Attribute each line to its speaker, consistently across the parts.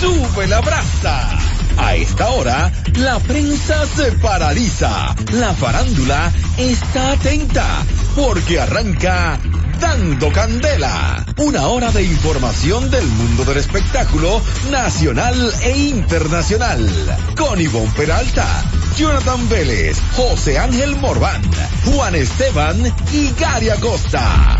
Speaker 1: sube la brasa. A esta hora, la prensa se paraliza. La farándula está atenta porque arranca Dando Candela. Una hora de información del mundo del espectáculo nacional e internacional. Con Ivonne Peralta, Jonathan Vélez, José Ángel Morván, Juan Esteban y Gary Acosta.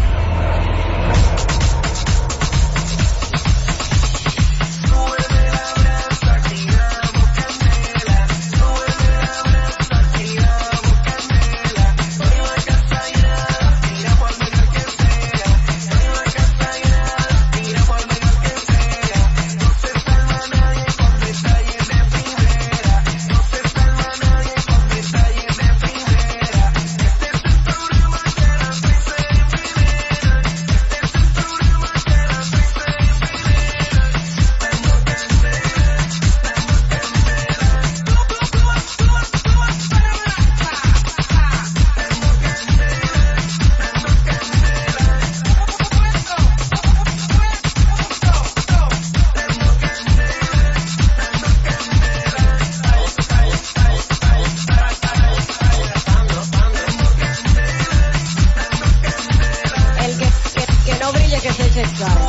Speaker 2: El que, que- que no brille, que se eche claro.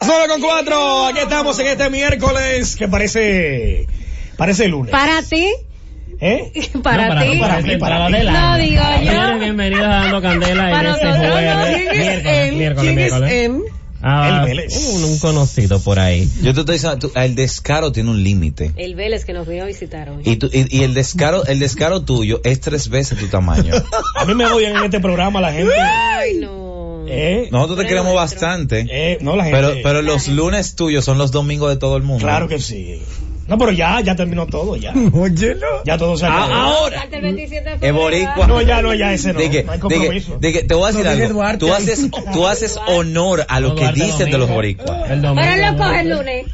Speaker 3: Solo con cuatro, aquí estamos en este miércoles que parece parece lunes.
Speaker 2: Para ti,
Speaker 3: ¿Eh?
Speaker 2: para,
Speaker 4: No,
Speaker 2: ti.
Speaker 3: tú, para mí, para Adela.
Speaker 2: no, digo
Speaker 4: Señores,
Speaker 2: yo.
Speaker 4: bienvenidos a Dando Candela
Speaker 2: Para
Speaker 4: en este
Speaker 2: nosotros,
Speaker 4: jueves.
Speaker 2: ¿no?
Speaker 5: ¿Quién es
Speaker 4: Miércoles,
Speaker 5: él?
Speaker 4: miércoles,
Speaker 5: ¿Quién es
Speaker 4: miércoles.
Speaker 5: él?
Speaker 4: Ah,
Speaker 3: El Vélez.
Speaker 4: un, un conocido por ahí.
Speaker 6: Yo te estoy diciendo, tú- el descaro tiene un límite.
Speaker 2: El Vélez que nos vino a visitar hoy.
Speaker 6: Y, tú- y, y el descaro, el descaro tuyo es tres veces tu tamaño.
Speaker 3: A mí me odian en este programa la gente.
Speaker 2: Ay, no.
Speaker 3: ¿Eh?
Speaker 6: Nosotros te queremos bastante,
Speaker 3: eh, no la gente.
Speaker 6: pero, pero los lunes tuyos son los domingos de todo el mundo.
Speaker 3: claro que sí. No, pero ya, ya terminó todo, ya.
Speaker 4: Óyelo.
Speaker 3: Ya todo se acabó.
Speaker 6: Ahora.
Speaker 2: Hasta el 27 de
Speaker 6: Es
Speaker 2: febrero.
Speaker 6: boricua.
Speaker 3: No, ya no, ya ese no.
Speaker 6: De que,
Speaker 3: no hay
Speaker 6: de que-
Speaker 3: compromiso.
Speaker 6: de que te voy a decir
Speaker 4: No, dile
Speaker 6: algo.
Speaker 4: Duarte
Speaker 6: Tú
Speaker 4: ahí.
Speaker 6: haces, tú haces honor a lo que dicen de los boricuas.
Speaker 4: El domingo.
Speaker 2: Pero él lo coge el lunes.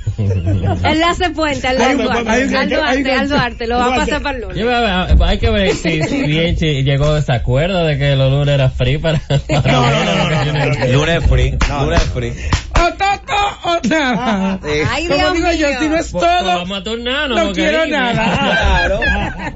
Speaker 2: Enlace puente, al
Speaker 3: Hay un-
Speaker 2: Duarte.
Speaker 3: hay un-
Speaker 2: Al
Speaker 3: hay un-
Speaker 2: Duarte, al Duarte. Lo va a
Speaker 3: Duarte.
Speaker 2: pasar para el
Speaker 4: Yo
Speaker 2: lunes.
Speaker 4: voy a ver, hay que ver si, si bien chi- llegó a desacuerdo de que los lunes era free para... para-
Speaker 3: No, no, no, no, no, no.
Speaker 6: Lunes free, lunes free.
Speaker 5: O todo o nada.
Speaker 6: Eh,
Speaker 2: Ay,
Speaker 5: Como
Speaker 2: Dios
Speaker 5: digo
Speaker 2: mío.
Speaker 5: yo, si no es
Speaker 4: Pues- pues
Speaker 5: todo,
Speaker 4: vamos a turnarnos.
Speaker 5: no
Speaker 4: porque
Speaker 5: quiero
Speaker 4: ahí-
Speaker 5: nada.
Speaker 6: Claro.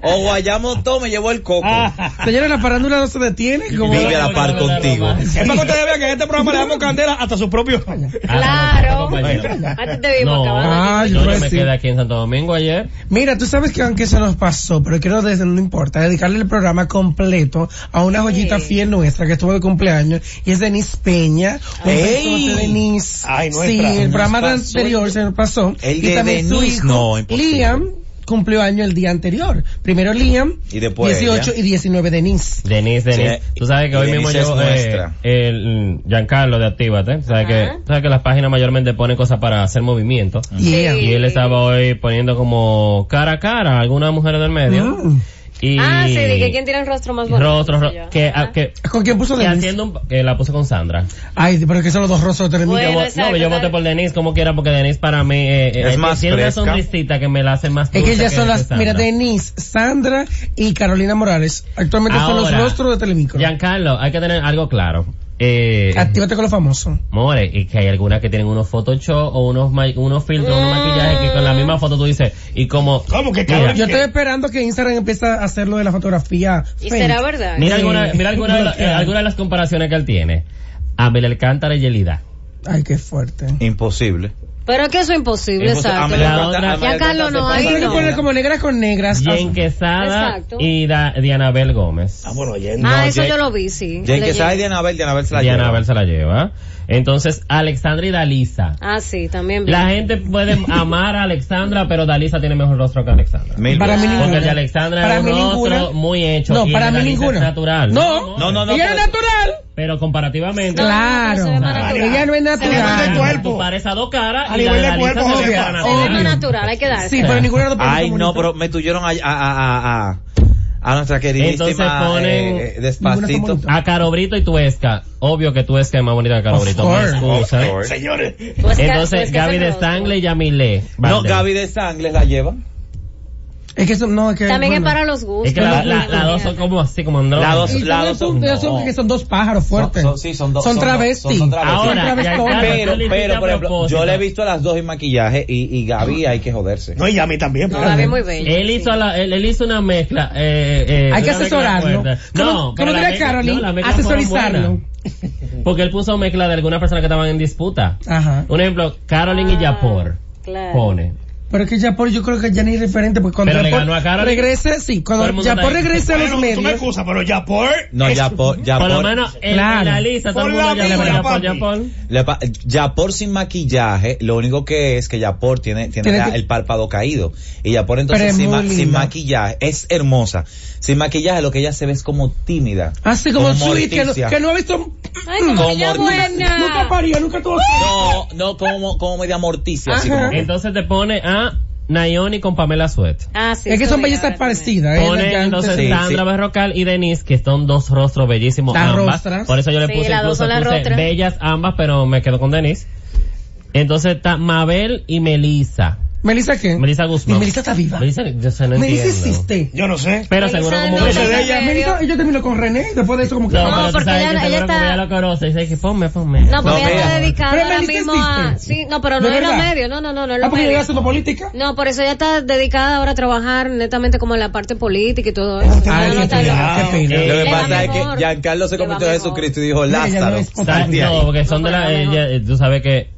Speaker 6: O Guayamo todo me llevó el coco.
Speaker 3: Ah.
Speaker 5: Señores, la farándula no se detiene. Como
Speaker 6: Vive a la par contigo.
Speaker 3: Es para que ustedes vean que en este programa le damos candela hasta su propio.
Speaker 4: Ah,
Speaker 2: Claro.
Speaker 4: compañero.
Speaker 2: Antes te vimos
Speaker 4: No.
Speaker 2: acabando.
Speaker 5: Ah,
Speaker 4: Yo,
Speaker 5: yo
Speaker 4: yo
Speaker 5: voy a
Speaker 4: me
Speaker 5: decir.
Speaker 4: quedé aquí en Santo Domingo ayer.
Speaker 5: Mira, tú sabes que aunque se nos pasó, pero quiero, des- no importa, dedicarle el programa completo a una joyita
Speaker 2: Sí.
Speaker 5: fiel nuestra que estuvo de cumpleaños y es Denise Peña. Un
Speaker 6: ¡Ey!
Speaker 5: besote, Denise.
Speaker 3: Ay, nuestra.
Speaker 5: Sí,
Speaker 3: Se
Speaker 5: el
Speaker 3: nos
Speaker 5: programa
Speaker 6: pasó.
Speaker 5: anterior se nos pasó.
Speaker 6: El
Speaker 5: y
Speaker 6: de
Speaker 5: también su
Speaker 6: Denise,
Speaker 5: hijo,
Speaker 6: no, imposible.
Speaker 5: Liam, cumplió año el día anterior. Primero Liam,
Speaker 6: Y después
Speaker 5: 18
Speaker 6: ella.
Speaker 5: y 19 Denise.
Speaker 4: Denise, Denise,
Speaker 6: Sí,
Speaker 4: tú sabes que hoy
Speaker 6: Denise
Speaker 4: mismo
Speaker 6: es
Speaker 4: yo, eh,
Speaker 6: nuestra.
Speaker 4: el Giancarlo de Actívate, sabes
Speaker 2: Ajá.
Speaker 4: que, sabes que las páginas mayormente ponen cosas para hacer movimiento.
Speaker 5: Yeah.
Speaker 4: Y él estaba hoy poniendo como cara a cara a alguna mujer del medio.
Speaker 5: Mm.
Speaker 4: Y
Speaker 2: Ah, sí, de que quién tiene el rostro más bonito.
Speaker 4: Rostro, ro-
Speaker 2: soy yo.
Speaker 4: que,
Speaker 2: Ajá.
Speaker 4: a- que,
Speaker 5: ¿Con quién puso
Speaker 4: que
Speaker 5: Denise?
Speaker 4: haciendo un, que la puse con Sandra.
Speaker 5: Ay, pero es que son los dos rostros de
Speaker 2: Bueno,
Speaker 4: Yo vo-
Speaker 2: exacto,
Speaker 4: no, yo
Speaker 2: tal.
Speaker 4: voté por Denise como quiera porque Denise para mí eh, eh,
Speaker 6: Es
Speaker 4: eh,
Speaker 6: más
Speaker 4: tiene
Speaker 6: fresca.
Speaker 4: una sonrisita que me la hace más
Speaker 5: Es
Speaker 4: dulce
Speaker 5: que ya son
Speaker 4: que
Speaker 5: las, mira,
Speaker 4: Sandra.
Speaker 5: Denise, Sandra y Carolina Morales. Actualmente son
Speaker 4: Ahora,
Speaker 5: los rostros de Telemicro.
Speaker 4: Giancarlo, hay que tener algo claro. Eh,
Speaker 5: Actívate con lo famoso.
Speaker 4: More, y que hay algunas que tienen unos Photoshop o unos ma- unos filtros, unos
Speaker 2: Ah.
Speaker 4: maquillajes que con la misma foto tú dices, y como...
Speaker 3: ¿Cómo que
Speaker 4: Mira,
Speaker 3: cabrón?
Speaker 5: Yo estoy esperando que Instagram empiece a hacer lo de la fotografía.
Speaker 2: ¿Y
Speaker 5: fake.
Speaker 2: será verdad?
Speaker 4: Mira
Speaker 5: Sí.
Speaker 4: alguna, mira alguna, de la- eh, alguna de las comparaciones que él tiene. Abel Alcántara y Yelida.
Speaker 5: Ay, qué fuerte.
Speaker 6: Imposible.
Speaker 2: Pero es que eso es imposible,
Speaker 6: Imposible.
Speaker 2: exacto.
Speaker 6: Amelia
Speaker 4: La
Speaker 6: Costa-
Speaker 4: otra-
Speaker 6: Amelia
Speaker 2: Ya Carlos
Speaker 6: Costa
Speaker 2: no,
Speaker 6: se
Speaker 2: ahí
Speaker 5: Hay
Speaker 6: pasa
Speaker 5: que
Speaker 6: la
Speaker 2: no.
Speaker 5: poner
Speaker 6: vida.
Speaker 5: como negras con negras.
Speaker 4: Jen Quesada
Speaker 2: Exacto.
Speaker 4: y Da- Diana Abel Gómez.
Speaker 3: Ah, bueno, ayer
Speaker 2: Ah,
Speaker 3: no.
Speaker 2: eso
Speaker 6: Jake-
Speaker 2: yo lo vi, sí.
Speaker 6: Jane
Speaker 2: Lo
Speaker 6: que sabe
Speaker 2: llegué.
Speaker 6: Diana Abel, Diana Abel se la
Speaker 4: Diana
Speaker 6: lleva.
Speaker 4: Abel se la lleva. Entonces, Alexandra y Dalisa.
Speaker 2: Ah, sí, también vi.
Speaker 4: La gente puede amar a Alexandra, pero Dalisa tiene mejor rostro que Alexandra.
Speaker 6: Mil
Speaker 5: Para mí
Speaker 6: veces.
Speaker 4: Porque
Speaker 5: ninguna.
Speaker 4: el de Alexandra
Speaker 5: para
Speaker 4: es un
Speaker 5: mí
Speaker 4: rostro
Speaker 5: ninguna.
Speaker 4: muy hecho.
Speaker 5: No,
Speaker 4: y el
Speaker 5: para
Speaker 4: de
Speaker 5: mí
Speaker 4: Dalisa
Speaker 5: ninguna.
Speaker 4: es natural.
Speaker 5: No.
Speaker 6: No, no, no.
Speaker 5: ella es
Speaker 6: pero-
Speaker 5: natural.
Speaker 4: Pero comparativamente...
Speaker 2: No, no, no,
Speaker 5: claro.
Speaker 2: se ve más
Speaker 5: Claro.
Speaker 3: natural.
Speaker 5: Ella no es
Speaker 3: ve más
Speaker 5: natural.
Speaker 3: de cuerpo.
Speaker 4: Tú pares a dos caras
Speaker 3: A
Speaker 4: y la
Speaker 3: nivel
Speaker 4: de
Speaker 3: de
Speaker 4: Dalisa
Speaker 3: cuerpo,
Speaker 4: Oh, no se
Speaker 3: obvio,
Speaker 4: para nada.
Speaker 2: Se ve más
Speaker 5: Obvio.
Speaker 2: natural, hay que darse.
Speaker 5: Sí, pero ninguna de las dos parece
Speaker 6: Ay, no,
Speaker 5: bonita.
Speaker 6: pero me tuyeron a, a, a, a, a, a nuestra queridísima
Speaker 4: Entonces ponen-
Speaker 6: eh, eh, despacito.
Speaker 5: Ninguna
Speaker 4: A Carobrito y Tuesca. Obvio que Tuesca es más bonita que Carobrito.
Speaker 5: Of
Speaker 4: Me
Speaker 5: course.
Speaker 4: excusa. ¿eh?
Speaker 3: Señores.
Speaker 2: Pues que- pues
Speaker 4: Entonces,
Speaker 2: que
Speaker 4: Gaby
Speaker 2: se
Speaker 4: de
Speaker 2: lo-
Speaker 4: Stanley y Yamile.
Speaker 6: No,
Speaker 4: Valdés.
Speaker 6: Gaby de Sangles la lleva.
Speaker 5: Es que eso no, es que.
Speaker 2: También es
Speaker 5: bueno.
Speaker 2: para los gustos.
Speaker 4: Es que las la,
Speaker 2: imagínate.
Speaker 4: las dos son como así, como andrógenas.
Speaker 6: La dos-
Speaker 5: Y
Speaker 6: la
Speaker 5: también
Speaker 6: dos
Speaker 5: son,
Speaker 6: son-
Speaker 5: ellas son-
Speaker 6: no.
Speaker 5: que son dos pájaros fuertes.
Speaker 6: Son- son- sí, son dos-
Speaker 5: Son
Speaker 6: son dos-
Speaker 5: travestis.
Speaker 6: son- son travestis.
Speaker 5: Son
Speaker 4: Ahora,
Speaker 5: travestis.
Speaker 4: ya está.
Speaker 5: Ahora,
Speaker 4: Pero-
Speaker 6: Pero,
Speaker 4: tú le hiciste
Speaker 6: pero,
Speaker 4: a
Speaker 6: por ejemplo,
Speaker 4: propósito.
Speaker 6: yo le he visto a las dos en maquillaje y, y Gaby hay que joderse.
Speaker 3: No, y a mí también. pues.
Speaker 2: No,
Speaker 3: pero-
Speaker 2: Gaby es muy bella.
Speaker 4: Él hizo, la, él, él hizo una mezcla. Eh, eh,
Speaker 5: Hay que
Speaker 4: una mezcla
Speaker 5: asesorarlo.
Speaker 4: fuerte.
Speaker 5: Como-
Speaker 4: No,
Speaker 5: como
Speaker 4: pero la
Speaker 5: diría
Speaker 4: mezcla-
Speaker 5: Carolyn,
Speaker 4: las mezclas fueron
Speaker 5: asesorizarlo.
Speaker 4: buenas. Porque él puso mezcla de algunas personas que estaban en disputa.
Speaker 5: Ajá.
Speaker 4: Un ejemplo, Carolyn y
Speaker 2: Ah,
Speaker 4: Yapor.
Speaker 2: Claro.
Speaker 4: Pone.
Speaker 5: Pero es que Yapor yo creo que ya ni es referente, porque cuando
Speaker 4: Pero le
Speaker 5: Yapor
Speaker 4: ganó a Carolyn.
Speaker 5: regrese,
Speaker 4: Todo
Speaker 5: sí,
Speaker 4: el
Speaker 5: cuando
Speaker 4: mundo
Speaker 5: Yapor
Speaker 4: está ahí.
Speaker 5: regrese a los
Speaker 3: Bueno, tú me
Speaker 5: medios,
Speaker 3: excusas, pero ya por.
Speaker 6: No,
Speaker 3: es-
Speaker 6: ya por, ya
Speaker 4: Por lo
Speaker 6: por,
Speaker 4: menos en
Speaker 5: Claro.
Speaker 4: en la lista, todo
Speaker 3: Por
Speaker 4: el mundo
Speaker 3: la
Speaker 4: Yapor,
Speaker 5: mía,
Speaker 4: Yapor,
Speaker 3: papi.
Speaker 4: Yapor.
Speaker 6: le pa- ya por sin maquillaje, lo único que es que ya por tiene, tiene
Speaker 5: Tiene
Speaker 6: la-
Speaker 5: que-
Speaker 6: el párpado caído. Y ya por
Speaker 5: Pero
Speaker 6: entonces
Speaker 5: es
Speaker 6: sin, ma-
Speaker 5: muy
Speaker 6: sin
Speaker 5: linda.
Speaker 6: maquillaje, es hermosa. Sin maquillaje lo que ella se ve es como tímida.
Speaker 5: así Ah, como Sweet, que, no-
Speaker 6: Morticia.
Speaker 5: que no ha visto.
Speaker 2: Ay, como
Speaker 6: Como
Speaker 2: ella es buena.
Speaker 5: Nunca parió, nunca tuvo.
Speaker 6: No, no, como, como media morticia, así
Speaker 5: Ajá.
Speaker 6: como que-
Speaker 4: Entonces te pone a Nayoni con Pamela Suet.
Speaker 2: Ah, sí.
Speaker 5: es que
Speaker 2: eso
Speaker 5: son
Speaker 2: vi
Speaker 5: bellezas
Speaker 2: ahora también.
Speaker 5: parecidas. eh,
Speaker 4: Pone
Speaker 5: ya antes-
Speaker 4: entonces
Speaker 6: Sí,
Speaker 4: Sandra
Speaker 6: sí.
Speaker 4: Berrocal y Denise, que son dos rostros bellísimos
Speaker 5: Las
Speaker 4: ambas.
Speaker 5: rostras.
Speaker 4: Por eso yo le
Speaker 2: Sí,
Speaker 4: puse,
Speaker 2: las dos
Speaker 4: incluso
Speaker 2: son las
Speaker 4: puse
Speaker 2: rostras.
Speaker 4: bellas ambas, pero me quedo con Denise. Entonces está Mabel y Melissa.
Speaker 5: ¿Melissa qué?
Speaker 4: Melissa Guzmán.
Speaker 5: Y Melissa está viva.
Speaker 4: Melissa, yo sé, no
Speaker 5: Melissa
Speaker 4: entiendo.
Speaker 5: existe.
Speaker 3: Yo no sé.
Speaker 4: Pero
Speaker 2: Melissa
Speaker 4: seguro como
Speaker 2: no
Speaker 4: que...
Speaker 3: Ese de
Speaker 2: sé.
Speaker 3: ella.
Speaker 5: Melissa, yo termino con René, después de eso como que...
Speaker 4: No,
Speaker 2: No,
Speaker 4: pero tú
Speaker 2: porque
Speaker 4: sabes
Speaker 2: ella-
Speaker 4: que
Speaker 2: ella
Speaker 4: seguro como
Speaker 2: está-
Speaker 4: ella lo conoce. Dice que ponme, ponme.
Speaker 2: No, porque ella
Speaker 6: No,
Speaker 2: está
Speaker 6: vea.
Speaker 5: Pero
Speaker 2: dedicada ahora
Speaker 5: Melissa
Speaker 2: mismo
Speaker 5: existe.
Speaker 2: a... Sí, no, pero no
Speaker 5: ¿De
Speaker 2: en los
Speaker 5: verdad?
Speaker 2: medios. No, no, no, no en
Speaker 5: Ah,
Speaker 2: los
Speaker 5: porque yo
Speaker 2: medios.
Speaker 5: haciendo política.
Speaker 2: No, por eso ella está dedicada ahora a trabajar netamente como en la parte política y todo eso.
Speaker 5: Ah,
Speaker 2: No, no
Speaker 5: qué
Speaker 2: está
Speaker 5: pena,
Speaker 2: loca.
Speaker 5: qué pena.
Speaker 6: Lo
Speaker 4: Le
Speaker 6: que
Speaker 2: va
Speaker 6: pasa es que
Speaker 2: mejor.
Speaker 6: Giancarlo se
Speaker 2: Le va
Speaker 6: convirtió a
Speaker 2: mejor.
Speaker 6: Jesucristo y dijo,
Speaker 5: Mira, ya no
Speaker 6: Lázaro,
Speaker 5: es
Speaker 4: Está-
Speaker 6: sal de ahí".
Speaker 4: no, porque son de la,
Speaker 2: No, no, no.
Speaker 4: ella- tú sabes que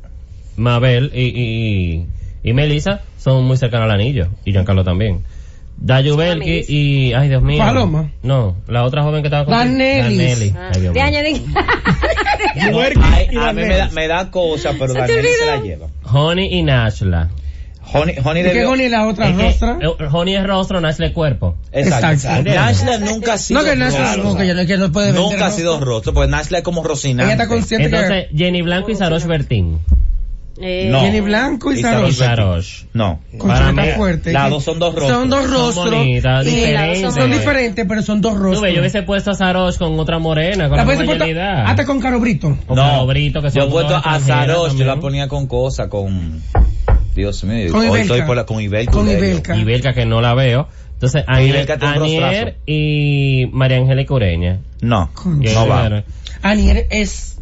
Speaker 4: Mabel y, y, y Melissa son muy cercanas al anillo, y Giancarlo también. Dayubelki
Speaker 2: Melissa.
Speaker 4: y, ay Dios mío.
Speaker 5: Paloma.
Speaker 4: No, la otra joven que estaba con
Speaker 5: Danelis.
Speaker 2: Ah,
Speaker 4: Ay, Dios
Speaker 2: de
Speaker 4: mío.
Speaker 2: añadir.
Speaker 6: No,
Speaker 3: Yuberki
Speaker 6: ay,
Speaker 3: y
Speaker 6: a mí
Speaker 3: Daniel.
Speaker 6: me da, me da cosa,
Speaker 2: Se
Speaker 6: pero
Speaker 2: te
Speaker 6: Daniel se la
Speaker 2: olvidó.
Speaker 6: lleva.
Speaker 4: Honey y Nashla.
Speaker 6: Honey, Honey
Speaker 5: ¿Y qué
Speaker 6: debió-
Speaker 5: con la otra
Speaker 4: Es que,
Speaker 5: rostra?
Speaker 4: eh, Honey es rostro, Nashla es cuerpo.
Speaker 6: Exacto.
Speaker 5: Exacto.
Speaker 6: Nashla nunca ha sido
Speaker 5: No, que no es
Speaker 6: rostro.
Speaker 5: no, que ya no- que no puede vender,
Speaker 6: Nunca ha
Speaker 5: ¿no?
Speaker 6: sido rostro, porque Nashla es como rocinante.
Speaker 5: Ella está consciente
Speaker 4: Entonces, Jenny Blanco y Sarosh Bertín.
Speaker 2: Eh,
Speaker 5: que
Speaker 6: No.
Speaker 5: Jenny Blanco y
Speaker 6: Y
Speaker 5: Saros.
Speaker 4: Y
Speaker 6: Sarosh.
Speaker 4: Sarosh.
Speaker 6: No.
Speaker 5: Con
Speaker 4: Para
Speaker 5: chuleta
Speaker 4: mí,
Speaker 5: fuerte.
Speaker 6: las
Speaker 5: que-
Speaker 6: dos son dos rostros.
Speaker 5: Son dos
Speaker 4: Son
Speaker 5: rostros.
Speaker 4: bonitas,
Speaker 5: y-
Speaker 4: diferentes.
Speaker 5: Son diferentes, pero son dos
Speaker 4: Tú ves, yo
Speaker 5: rostros.
Speaker 4: hubiese puesto a Sarosh con otra morena, con
Speaker 5: La
Speaker 4: la
Speaker 5: puedes Ah,
Speaker 4: misma
Speaker 5: importar
Speaker 4: habilidad.
Speaker 5: hasta con Carobrito.
Speaker 4: O Carobrito, que son
Speaker 6: yo he puesto
Speaker 4: dos
Speaker 6: a
Speaker 4: extranjeras
Speaker 6: Sarosh, yo
Speaker 4: también.
Speaker 6: la ponía con cosa, con... Dios mío,
Speaker 5: Con
Speaker 6: hoy
Speaker 5: Ibelka.
Speaker 6: estoy por la, con Ibelka.
Speaker 5: Con
Speaker 6: Ibelka.
Speaker 5: Ibelka.
Speaker 4: y Belka que no la veo. Entonces, Anier,
Speaker 6: Belka tiene un
Speaker 4: Anier
Speaker 6: rostrazo.
Speaker 4: y María Angélica Ureña.
Speaker 6: No,
Speaker 5: Concha.
Speaker 6: no va.
Speaker 4: Claro.
Speaker 5: Anier es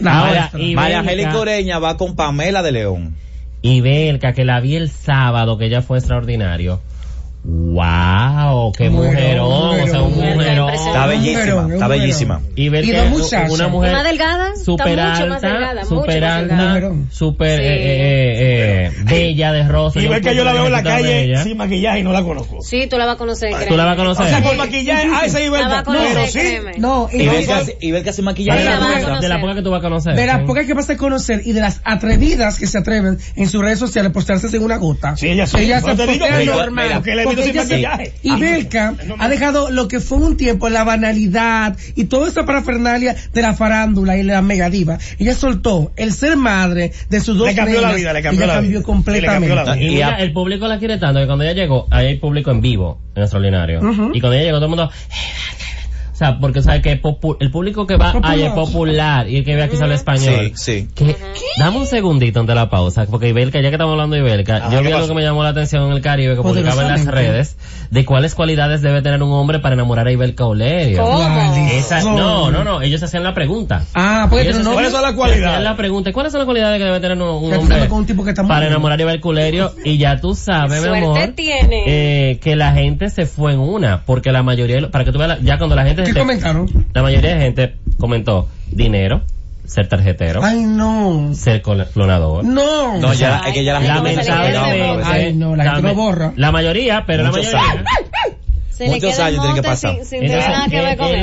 Speaker 5: la
Speaker 4: Ahora,
Speaker 5: otra.
Speaker 4: y
Speaker 6: María
Speaker 4: Belka-
Speaker 6: Angélica Ureña va con Pamela de León.
Speaker 4: Y Belka, que la vi el sábado, que ya fue extraordinario. ¡Wow! ¡Qué
Speaker 5: Mujerón,
Speaker 4: mujerón! O sea, un
Speaker 5: mujerón.
Speaker 4: mujerón.
Speaker 6: Está
Speaker 2: Un
Speaker 5: mujerón,
Speaker 6: bellísima,
Speaker 5: un
Speaker 6: está
Speaker 5: mujerón.
Speaker 6: bellísima.
Speaker 4: Y Belka
Speaker 5: Y dos
Speaker 4: es
Speaker 5: muchachas.
Speaker 4: una mujer
Speaker 2: más delgada,
Speaker 4: super
Speaker 2: está mucho más
Speaker 4: alta,
Speaker 2: delgada, mucho
Speaker 4: super
Speaker 2: más delgada.
Speaker 4: alta,
Speaker 5: Mujerón.
Speaker 4: super
Speaker 2: Sí.
Speaker 4: eh, eh, eh, bella de rostro.
Speaker 3: Y
Speaker 4: Yo
Speaker 3: ver que yo la veo en la
Speaker 4: encuentro
Speaker 3: calle
Speaker 4: bella.
Speaker 3: sin maquillaje y no la conozco.
Speaker 2: Sí, tú la vas a conocer.
Speaker 4: Tú
Speaker 2: créeme.
Speaker 4: la vas a
Speaker 3: O sea,
Speaker 4: conocer.
Speaker 3: con maquillaje, ah, esa es
Speaker 2: La vas
Speaker 3: Iberta.
Speaker 2: a conocer,
Speaker 3: Pero sí.
Speaker 2: créeme.
Speaker 5: No, y no-
Speaker 6: Ibelka, Ibelka sin maquillaje.
Speaker 2: Ahí
Speaker 6: era
Speaker 2: la van a
Speaker 6: otra.
Speaker 2: conocer.
Speaker 4: de la poca que tú vas a conocer.
Speaker 5: de las
Speaker 4: sí.
Speaker 5: pocas que vas a conocer y de las atrevidas que se atreven en sus redes sociales a postearse sin una gota.
Speaker 3: Sí, ella sí.
Speaker 5: Ella
Speaker 3: No
Speaker 5: se
Speaker 3: te digo,
Speaker 5: postea
Speaker 6: pero-
Speaker 5: normal.
Speaker 3: pero que le he
Speaker 5: porque
Speaker 3: visto sin
Speaker 5: ella se-
Speaker 3: maquillaje. Ah,
Speaker 5: y Belka ha dejado lo que fue un tiempo la banalidad y toda esa parafernalia de la farándula y la megadiva. Ella soltó el ser madre de sus dos
Speaker 3: Le cambió la
Speaker 5: nenas,
Speaker 3: vida, le
Speaker 5: y
Speaker 3: cambió
Speaker 5: ella
Speaker 3: la
Speaker 5: cambió
Speaker 3: vida.
Speaker 5: completamente.
Speaker 3: Y le cambió la
Speaker 4: Y
Speaker 6: Y
Speaker 4: mira,
Speaker 6: a-
Speaker 4: el público la quiere tanto que cuando ella llegó, ahí hay público en vivo, en extraordinario.
Speaker 5: Ujú.
Speaker 4: Y cuando ella llegó, todo el mundo... O sea, porque sabe que es popu- el público que va
Speaker 5: Popular.
Speaker 4: ahí es popular y el que ve aquí sale español.
Speaker 6: Sí, sí.
Speaker 4: Que- Dame un segundito ante la pausa, porque Ibelka, ya que estamos hablando de Ibelka,
Speaker 3: Ajá,
Speaker 4: yo
Speaker 3: ¿qué
Speaker 4: vi algo
Speaker 3: pasó?
Speaker 4: que me llamó la atención en el Caribe que publicaba en las
Speaker 5: Poderosamente.
Speaker 4: redes de cuáles cualidades debe tener un hombre para enamorar a Ibelka Olerio.
Speaker 2: ¿Cómo?
Speaker 4: Esa- no, no, no, ellos hacían la pregunta.
Speaker 5: Ah, puede tener un
Speaker 3: ¿Cuáles
Speaker 5: novio.
Speaker 3: son las
Speaker 4: Hacían la
Speaker 3: cualidades?
Speaker 4: pregunta, ¿cuáles son las cualidades que debe tener un, un
Speaker 5: Que tú
Speaker 4: hombre
Speaker 5: andas con un tipo que está muy
Speaker 4: para
Speaker 5: bueno.
Speaker 4: enamorar a Ibelka Olerio? Y ya tú sabes, mi
Speaker 2: Suerte
Speaker 4: amor,
Speaker 2: tiene.
Speaker 4: eh, que la gente se fue en una, porque la mayoría, de lo- para que tú veas, la- ya cuando la gente,
Speaker 5: ¿Qué
Speaker 4: se-
Speaker 5: comentaron?
Speaker 4: la mayoría de gente comentó dinero, ser tarjetero,
Speaker 5: Ay, no.
Speaker 4: ser col- clonador.
Speaker 5: No.
Speaker 6: No, ya, la- es que ya la gente
Speaker 2: Ay,
Speaker 6: no
Speaker 2: lamentable.
Speaker 6: se la lleva,
Speaker 4: Lamentablemente.
Speaker 6: pues.
Speaker 5: Ay, no, la gente
Speaker 4: lame-
Speaker 5: lo borra.
Speaker 4: La mayoría, pero
Speaker 6: Muchos
Speaker 4: la mayoría.
Speaker 2: Se le
Speaker 6: Muchos
Speaker 2: queda el
Speaker 6: años tiene que
Speaker 2: mote
Speaker 6: pasar.
Speaker 2: sin- sin tener
Speaker 4: Entonces,
Speaker 2: nada que
Speaker 4: es,
Speaker 2: ver con
Speaker 4: es
Speaker 2: eso.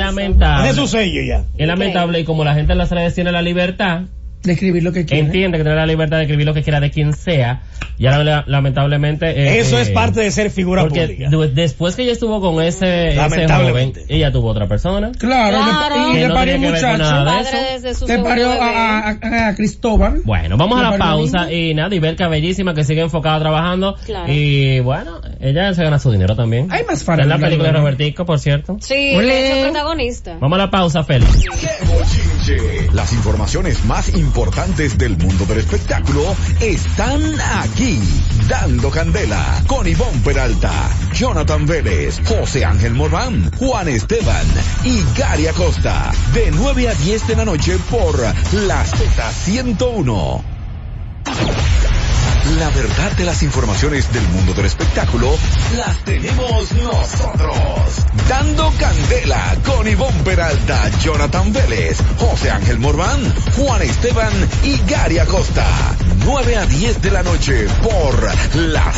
Speaker 3: Ese
Speaker 4: lamentable.
Speaker 3: es su sello ya.
Speaker 4: Es lamentable y como la gente en las redes tiene la libertad,
Speaker 5: de escribir lo que quiera.
Speaker 4: entiende que tiene la libertad de escribir lo que quiera de quien sea. Ya la- lamentablemente... eh,
Speaker 3: Eso
Speaker 4: eh,
Speaker 3: es parte de ser figura
Speaker 4: porque
Speaker 3: pública.
Speaker 4: du- después que ella estuvo con ese, ese joven,
Speaker 3: Lamentablemente.
Speaker 4: ella tuvo otra persona.
Speaker 5: Claro,
Speaker 2: Claro.
Speaker 5: y
Speaker 2: Que
Speaker 5: le
Speaker 4: no
Speaker 5: parió un
Speaker 4: tenía que ver con
Speaker 5: muchacho,
Speaker 4: nada.
Speaker 2: Padre
Speaker 4: eso.
Speaker 2: desde su
Speaker 5: le
Speaker 2: segundo
Speaker 5: parió
Speaker 2: bebé.
Speaker 5: a, a- a- a Cristóbal.
Speaker 4: Bueno, vamos a la
Speaker 5: Para
Speaker 4: pausa y nada, y ver cabellísima que sigue enfocada trabajando.
Speaker 2: Claro.
Speaker 4: Y bueno, ella se gana su dinero también.
Speaker 5: Hay más
Speaker 4: Está en la
Speaker 5: farándula,
Speaker 4: película de
Speaker 5: ¿verdad?
Speaker 4: Robertico, por cierto.
Speaker 2: Sí,
Speaker 5: Olé.
Speaker 2: de hecho protagonista.
Speaker 4: Vamos a la pausa, Félix.
Speaker 1: ¡Qué bochinche! Las informaciones más importantes del mundo del espectáculo están aquí. Dando Candela con Ivonne Peralta, Jonathan Vélez, José Ángel Morán, Juan Esteban y Gary Acosta. De 9 a 10 de la noche por La Z101. La verdad de las informaciones del mundo del espectáculo las tenemos nosotros. Dando candela con Ivonne Peralta, Jonathan Vélez, José Ángel Morván, Juan Esteban y Gary Acosta. 9 a 10 de la noche por la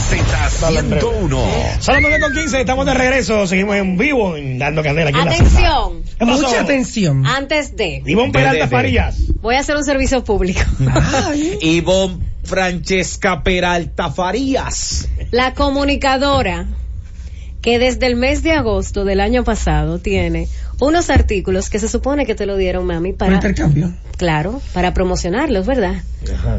Speaker 1: Z101.
Speaker 3: Solamente con 15, estamos de regreso, seguimos en vivo en Dando Candela aquí en la ciudad.
Speaker 2: Atención,
Speaker 3: ¿Qué pasó?
Speaker 5: Mucha atención.
Speaker 2: Ah. antes de,
Speaker 3: Ivonne Peralta
Speaker 6: Verde,
Speaker 3: Farías.
Speaker 2: voy a hacer un servicio público.
Speaker 5: Ay.
Speaker 6: Ivonne Francesca Peralta Farías.
Speaker 2: La comunicadora que desde el mes de agosto del año pasado tiene unos artículos que se supone que te lo dieron mami
Speaker 5: Un
Speaker 2: para,
Speaker 5: intercambio.
Speaker 2: claro, para promocionarlos, ¿verdad?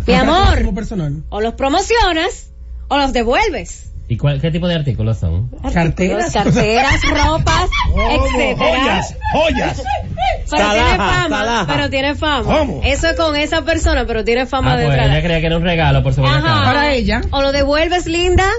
Speaker 2: Mi
Speaker 5: Como
Speaker 2: amor,
Speaker 5: personal.
Speaker 2: o los promocionas o los devuelves.
Speaker 4: ¿Y cuál, qué tipo de artículos son?
Speaker 5: Carteras. Oh,
Speaker 2: Artículos, carteras, ropas, etcétera.
Speaker 3: Joyas, joyas.
Speaker 2: Pero tiene
Speaker 6: Talaja,
Speaker 2: fama,
Speaker 6: talaja.
Speaker 2: pero tiene fama.
Speaker 3: ¿Cómo?
Speaker 2: Eso es con esa persona, pero tiene fama
Speaker 4: Ah,
Speaker 2: de
Speaker 4: pues
Speaker 2: otra.
Speaker 4: ella creía que era un regalo por su buena
Speaker 2: Ajá.
Speaker 4: cara.
Speaker 5: Para ella.
Speaker 2: O lo devuelves linda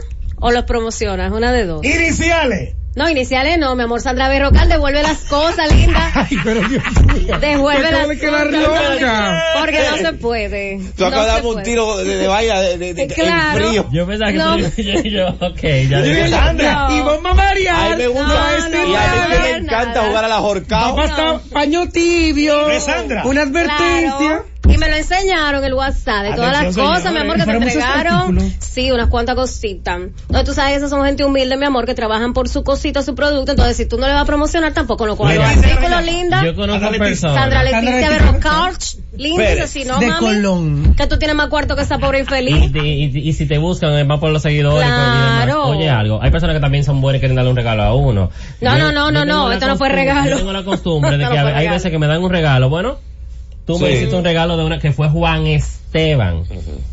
Speaker 2: o los promocionas, una de dos.
Speaker 3: Iniciales.
Speaker 2: No, iniciales no, mi amor, Sandra Berrocal, devuelve las cosas, linda.
Speaker 5: Ay, pero Dios mío.
Speaker 2: Devuelve
Speaker 5: Me
Speaker 2: las
Speaker 5: acabo de quedar
Speaker 2: cosas.
Speaker 5: loca.
Speaker 2: Porque no se puede.
Speaker 6: Tú acabas
Speaker 2: no
Speaker 6: de
Speaker 2: se
Speaker 6: darme un
Speaker 2: puede.
Speaker 6: tiro de, de vaina de, de, de-
Speaker 2: Eh,
Speaker 6: en
Speaker 2: claro.
Speaker 6: frío.
Speaker 4: Yo pensaba que
Speaker 2: No.
Speaker 4: tú- yo, yo- ok, ya digo.
Speaker 5: Sandra,
Speaker 2: No.
Speaker 5: y vos mamarías.
Speaker 6: Ay, me gusta.
Speaker 2: No,
Speaker 6: este-
Speaker 2: no,
Speaker 6: y a mí
Speaker 2: no,
Speaker 6: que me
Speaker 2: no,
Speaker 6: encanta
Speaker 2: nada.
Speaker 6: jugar a la jorcao.
Speaker 5: Papá está paño tibio.
Speaker 3: ¿Ves, Sandra?
Speaker 5: Una
Speaker 2: Claro.
Speaker 5: advertencia.
Speaker 2: Y me lo enseñaron el WhatsApp de todas las
Speaker 3: Atención,
Speaker 2: cosas, mi
Speaker 3: señores.
Speaker 2: amor, que te
Speaker 5: Fueron muchos
Speaker 2: entregaron.
Speaker 5: artículos.
Speaker 2: Sí, unas cuantas cositas. No, tú sabes, esas son gente humilde, mi amor, que trabajan por su cosita, su producto. Entonces, si tú no le vas a promocionar, tampoco lo coges.
Speaker 3: Mira,
Speaker 2: Artículo
Speaker 3: mira,
Speaker 2: linda.
Speaker 4: Yo conozco
Speaker 3: Sandra
Speaker 2: Sandra
Speaker 4: personas.
Speaker 2: Leticia
Speaker 5: Leticia
Speaker 2: Berrocarch, linda, dice,
Speaker 6: Pérez,
Speaker 2: si no,
Speaker 5: de
Speaker 2: mami,
Speaker 5: Colón.
Speaker 2: que tú tienes más cuarto que esa pobre infeliz.
Speaker 4: Y, y- y- y si te buscan, eh, va por los seguidores. por- y demás.
Speaker 2: Claro.
Speaker 4: Oye, algo. Hay personas que también son buenas y quieren darle un regalo a uno.
Speaker 2: No, no, no, no,
Speaker 4: tengo
Speaker 2: no,
Speaker 4: la
Speaker 2: esto no fue
Speaker 4: costumbre-
Speaker 2: regalo.
Speaker 4: Yo tengo la costumbre de
Speaker 2: Esto no
Speaker 4: que a-
Speaker 2: fue
Speaker 4: hay
Speaker 2: regalo.
Speaker 4: veces que me dan un regalo. Bueno, tú me
Speaker 6: Sí.
Speaker 4: hiciste un regalo de una que fue Juan Esteban.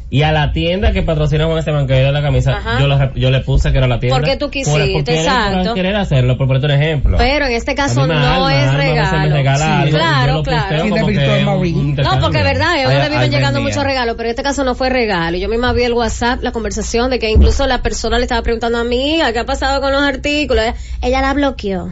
Speaker 4: Y a la tienda que patrocinó Juan Esteban, que era la camisa,
Speaker 2: Ajá.
Speaker 4: yo, la- yo le puse que era la tienda.
Speaker 2: Porque tú quisiste,
Speaker 4: porque era- por
Speaker 2: exacto.
Speaker 4: querer hacerlo, por ponerte un ejemplo.
Speaker 2: Pero en este
Speaker 4: A
Speaker 2: caso no
Speaker 4: mí me alma,
Speaker 2: es
Speaker 4: alma, se me
Speaker 2: regalo.
Speaker 4: regala algo,
Speaker 2: Sí,
Speaker 4: y yo lo
Speaker 2: claro,
Speaker 4: posteo
Speaker 2: claro.
Speaker 5: Y de
Speaker 4: como que
Speaker 5: virtual
Speaker 4: un- un
Speaker 5: Marie. No,
Speaker 2: No,
Speaker 4: intercambio.
Speaker 2: porque es verdad, a uno le
Speaker 6: Ay,
Speaker 2: viven
Speaker 6: ay,
Speaker 2: llegando
Speaker 6: mía.
Speaker 2: muchos regalos, pero en este caso no fue regalo. Yo misma vi el WhatsApp, la conversación de que incluso la persona le estaba preguntando a mí, ¿qué ha pasado con los artículos? Ella- Ella la bloqueó.